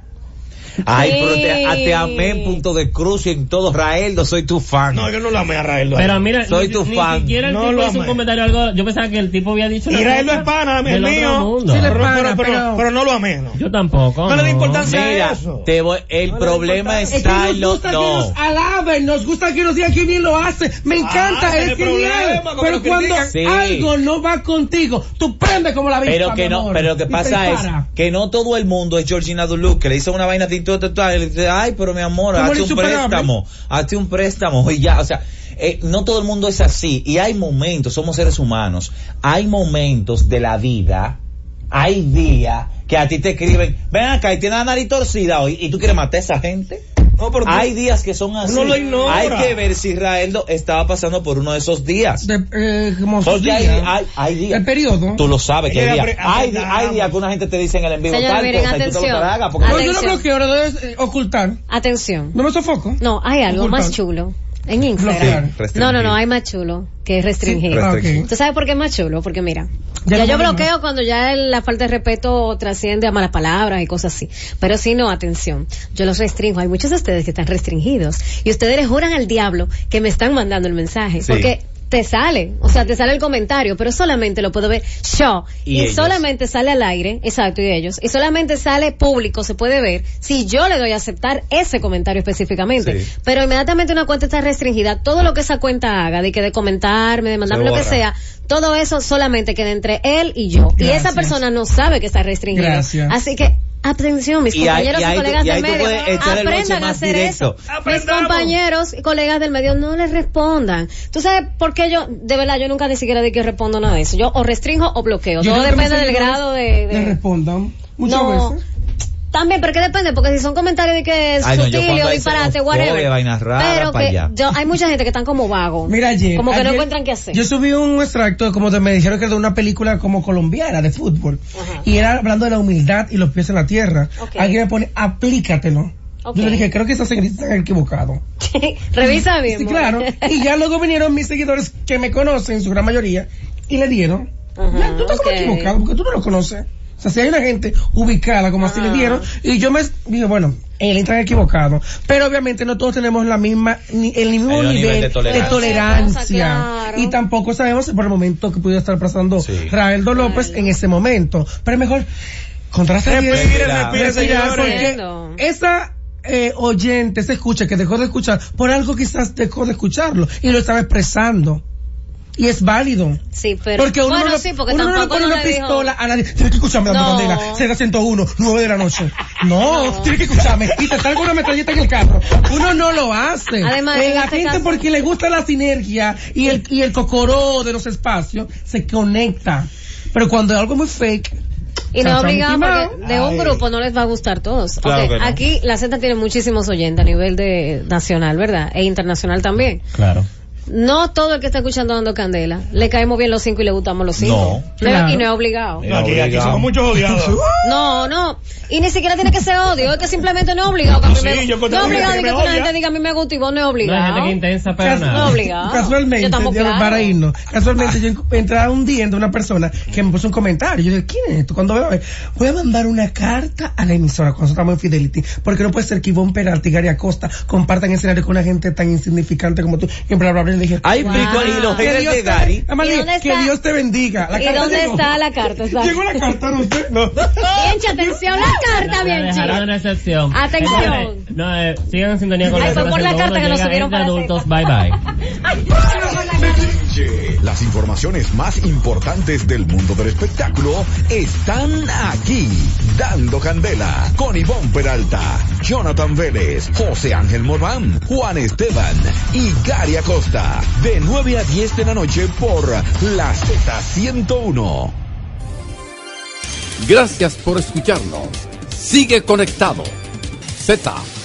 Speaker 6: Ay,
Speaker 2: Sí.
Speaker 6: pero te, a- te amé en punto de cruz y en todo Raeldo, soy tu fan.
Speaker 3: No, yo no la me arraeldo.
Speaker 4: Pero mira,
Speaker 6: Soy
Speaker 4: ni,
Speaker 6: tu
Speaker 4: ni
Speaker 6: fan.
Speaker 4: siquiera el
Speaker 3: No
Speaker 4: tipo
Speaker 3: lo
Speaker 4: hizo un
Speaker 3: amé.
Speaker 4: comentario algo. Yo pensaba que el tipo había dicho. una
Speaker 3: Israel no
Speaker 4: cosa
Speaker 3: es pana, es
Speaker 4: del otro
Speaker 3: mío.
Speaker 4: mundo.
Speaker 5: Sí, le
Speaker 3: pero, pero,
Speaker 5: pero-
Speaker 3: pero, pero no lo amé, no.
Speaker 4: Yo tampoco.
Speaker 3: No le di importancia a
Speaker 6: Mira,
Speaker 3: eso.
Speaker 6: te voy, el problema
Speaker 5: Es que
Speaker 6: está
Speaker 5: nos
Speaker 6: en los
Speaker 5: gusta que nos
Speaker 6: no.
Speaker 5: alaben, nos gusta que nos digan que bien lo hace. Me encanta,
Speaker 3: Ah, tiene
Speaker 5: es genial.
Speaker 3: problema, como
Speaker 5: Pero
Speaker 3: lo
Speaker 5: cuando
Speaker 3: critican.
Speaker 6: Sí.
Speaker 5: algo no va contigo, tú prende como la vista.
Speaker 6: Pero que
Speaker 5: mi
Speaker 6: no,
Speaker 5: amor,
Speaker 6: pero lo que
Speaker 5: y te
Speaker 6: pasa es
Speaker 5: dispara.
Speaker 6: que no todo el mundo es Georgina Duluth, que le hizo una vaina tinto total, y le dice, ay, pero mi amor,
Speaker 5: Amor
Speaker 6: hazte un
Speaker 5: insuperable.
Speaker 6: préstamo, hazte un préstamo, y ya, o sea, eh, no todo el mundo es así, y hay momentos, somos seres humanos, hay momentos de la vida, hay días que a ti te escriben, ven acá y tienes la nariz torcida hoy, y tú quieres matar a esa gente.
Speaker 3: No, pero tú-
Speaker 6: Hay días que son así.
Speaker 3: Uno lo ignora.
Speaker 6: Hay que ver si Israel estaba pasando por uno de esos días.
Speaker 5: De- eh, como sus
Speaker 6: Porque hay,
Speaker 5: días.
Speaker 6: hay, hay días.
Speaker 5: El periodo.
Speaker 6: Tú lo sabes que hay
Speaker 3: Ella apre-
Speaker 6: días. Hay, di-
Speaker 3: aprendamos.
Speaker 6: hay días que una gente te dice en el en vivo
Speaker 2: Señores,
Speaker 6: tal
Speaker 2: miren,
Speaker 6: cosa y tú te
Speaker 2: atención.
Speaker 6: lo tragas porque
Speaker 5: No, yo lo
Speaker 2: Atención.
Speaker 5: bloqueo, ahora debes eh, ocultar.
Speaker 2: Atención.
Speaker 5: No me sofoco.
Speaker 2: No, hay algo
Speaker 5: Ocultar.
Speaker 2: más chulo. En
Speaker 5: Bloquear,
Speaker 2: Instagram.
Speaker 6: restringir.
Speaker 2: No, no, no, hay más chulo que restringir.
Speaker 5: Ah, ok.
Speaker 6: Restricción.
Speaker 2: ¿Tú sabes por qué es más chulo? Porque mira,
Speaker 5: Ya
Speaker 2: ya,
Speaker 5: no
Speaker 2: yo
Speaker 5: vale
Speaker 2: bloqueo cuando ya el- la falta de respeto trasciende a malas palabras y cosas así. Pero si no, atención, yo los restringo. Hay muchos de ustedes que están restringidos y ustedes le juran al diablo que me están mandando el mensaje.
Speaker 6: Sí.
Speaker 2: Porque te sale, o sea, te sale el comentario, pero solamente lo puedo ver yo.
Speaker 6: Y
Speaker 2: Y,
Speaker 6: ellos.
Speaker 2: solamente sale al aire, exacto, y ellos. Y solamente sale público, se puede ver, si yo le doy a aceptar ese comentario específicamente.
Speaker 6: Sí.
Speaker 2: Pero inmediatamente una cuenta está restringida, todo lo que esa cuenta haga, de que de comentarme, de mandarme
Speaker 6: Se
Speaker 2: lo que
Speaker 6: borra.
Speaker 2: sea, todo eso solamente queda entre él y yo. Y
Speaker 5: Gracias.
Speaker 2: esa persona no sabe que está restringido.
Speaker 5: Gracias.
Speaker 2: Así que, atención, mis
Speaker 6: Y ahí-
Speaker 2: compañeros
Speaker 6: y
Speaker 2: y,
Speaker 6: ahí tú-
Speaker 2: colegas
Speaker 6: y ahí
Speaker 2: del
Speaker 6: tú
Speaker 2: medio,
Speaker 6: puedes echar el lonche
Speaker 2: aprendan a
Speaker 6: más
Speaker 2: hacer
Speaker 6: directo.
Speaker 2: eso. Mis compañeros y colegas del medio no les respondan. Tú sabes por qué yo, de verdad, yo nunca ni siquiera de que respondo nada de eso. Yo o restringo o bloqueo.
Speaker 5: Yo
Speaker 2: Todo
Speaker 5: creo que mis
Speaker 2: depende del
Speaker 5: seguidores
Speaker 2: grado de...
Speaker 5: Le
Speaker 2: de...
Speaker 5: respondan muchas
Speaker 2: No.
Speaker 5: veces.
Speaker 2: También, pero que depende, porque si son comentarios de que es
Speaker 6: Ay, no, yo
Speaker 2: sutil
Speaker 6: cuando
Speaker 2: o
Speaker 6: hay
Speaker 2: disparate,
Speaker 6: xenofobia,
Speaker 2: whatever.
Speaker 6: vainas raras,
Speaker 2: pero
Speaker 6: para
Speaker 2: que
Speaker 6: allá.
Speaker 2: yo, hay mucha gente que están como vagos.
Speaker 5: Mira ayer.
Speaker 2: Como que no
Speaker 5: ayer
Speaker 2: encuentran qué hacer.
Speaker 5: Yo subí un extracto, como te, me dijeron que era de una película como colombiana de fútbol.
Speaker 2: Ajá.
Speaker 5: Y era hablando de la humildad y los pies en la tierra.
Speaker 2: Ok.
Speaker 5: Alguien me pone, aplícatelo.
Speaker 2: Ok.
Speaker 5: Yo le dije, creo que esas señoritas están equivocados.
Speaker 2: Revisa bien.
Speaker 5: Sí,
Speaker 2: amor.
Speaker 5: claro. Y ya luego vinieron mis seguidores que me conocen, su gran mayoría, y le dieron.
Speaker 2: Ajá,
Speaker 5: ya, tú estás como
Speaker 2: ok.
Speaker 5: equivocado porque tú no lo conoces. O sea, si hay una gente ubicada como así le dieron, y yo me dije, bueno, él entra equivocado. Pero obviamente no todos tenemos la misma, ni, el mismo
Speaker 6: Hay un
Speaker 5: nivel,
Speaker 6: nivel de
Speaker 5: de tolerancia.
Speaker 6: tolerancia.
Speaker 2: Cosa, claro.
Speaker 5: Y tampoco sabemos por el momento que pudiera estar pasando
Speaker 6: Sí.
Speaker 5: Raeldo López en ese momento. Pero es mejor contrastar
Speaker 3: Respire,
Speaker 6: Mira,
Speaker 3: respire,
Speaker 5: respirar,
Speaker 3: señores.
Speaker 2: Entiendo.
Speaker 5: porque esa eh, oyente se escucha que dejó de escuchar por algo quizás dejó de escucharlo y lo estaba expresando y es válido
Speaker 2: Sí, pero.
Speaker 5: porque uno
Speaker 2: bueno,
Speaker 5: no,
Speaker 2: sí, porque
Speaker 5: uno no le
Speaker 2: tampoco
Speaker 5: pone
Speaker 2: no
Speaker 5: una
Speaker 2: le dijo-
Speaker 5: pistola a nadie tienes que escucharme dame
Speaker 2: No.
Speaker 5: bandera 0101 9 de la noche no, tienes que escucharme y te salgo una metralleta en el carro uno no lo hace
Speaker 2: Además,
Speaker 5: Eh,
Speaker 2: en
Speaker 5: la
Speaker 2: este
Speaker 5: gente
Speaker 2: caso-
Speaker 5: porque le gusta la sinergia y el, y el cocoró de los espacios se conecta pero cuando es algo muy fake
Speaker 2: Y no
Speaker 5: Salsa
Speaker 2: obligado
Speaker 5: Mickey
Speaker 2: porque de un
Speaker 3: Ay.
Speaker 2: grupo no les va a gustar todos.
Speaker 6: Claro
Speaker 2: Ok,
Speaker 6: que no.
Speaker 2: Aquí la Z tiene muchísimos oyentes a nivel de nacional, ¿verdad? E internacional también.
Speaker 4: Claro.
Speaker 2: No todo el que está escuchando Dando Candela le caemos bien los cinco y le gustamos los cinco.
Speaker 6: No.
Speaker 2: No,
Speaker 5: Claro.
Speaker 2: Y no es obligado.
Speaker 6: Eh.
Speaker 3: No, aquí, aquí
Speaker 6: Obligado.
Speaker 3: somos muchos odiados.
Speaker 2: No, no. Y ni siquiera tiene que ser odio. Es que simplemente no es obligado. que a mí
Speaker 3: Ah, Sí,
Speaker 2: me-
Speaker 3: yo
Speaker 2: no
Speaker 3: conté
Speaker 2: es
Speaker 3: con
Speaker 2: obligado de
Speaker 3: gente que
Speaker 2: que
Speaker 3: me
Speaker 2: una
Speaker 3: odia.
Speaker 2: gente diga a mí me gusta y vos no es
Speaker 4: No hay
Speaker 2: obligado.
Speaker 4: gente que es intensa, pero
Speaker 5: Cas-
Speaker 2: No
Speaker 4: nada.
Speaker 2: obligado.
Speaker 5: Casualmente,
Speaker 2: Yo estamos
Speaker 5: ya
Speaker 2: claros.
Speaker 5: para irnos, casualmente yo encu- entraba un día entre una persona que me puso un comentario. Yo dije, ¿quién es esto? Cuando veo, voy a mandar una carta a la emisora cuando nosotros estamos en Fidelity, porque no puede ser que Ivonne Peralta y Gary Acosta compartan escenario con una gente tan insignificante como tú. Y bla, bla, bla, y le dije,
Speaker 6: Ay,
Speaker 2: Wow.
Speaker 6: pico, y los
Speaker 2: Que
Speaker 5: que
Speaker 6: haters
Speaker 5: Dios,
Speaker 6: de
Speaker 5: te,
Speaker 6: Gary.
Speaker 5: Nada más
Speaker 2: ¿Y
Speaker 5: le dije,
Speaker 2: dónde
Speaker 5: que
Speaker 2: está?
Speaker 5: Dios te bendiga. La
Speaker 2: ¿Y
Speaker 5: carta
Speaker 2: dónde
Speaker 5: llegó.
Speaker 2: está la carta? Exacto.
Speaker 5: Llegó la carta, no sé. No.
Speaker 2: Bienche, atención la carta,
Speaker 4: La
Speaker 2: Bienche.
Speaker 4: dejaron en recepción.
Speaker 2: Atención.
Speaker 4: Señores, No, eh, sigan en sintonía con
Speaker 2: Ay,
Speaker 4: la
Speaker 2: fue por la
Speaker 4: 101,
Speaker 2: carta que nos
Speaker 4: llega
Speaker 2: subieron
Speaker 4: Entre
Speaker 2: para
Speaker 4: adultos.
Speaker 2: hacer.
Speaker 4: Bye bye.
Speaker 1: Las informaciones más importantes del mundo del espectáculo están aquí. Dando Candela con Ivonne Peralta, Jonathan Vélez, José Ángel Morán, Juan Esteban y Gary Acosta. De 9 a 10 de la noche por la Z101.
Speaker 8: Gracias por escucharnos. Sigue conectado. Z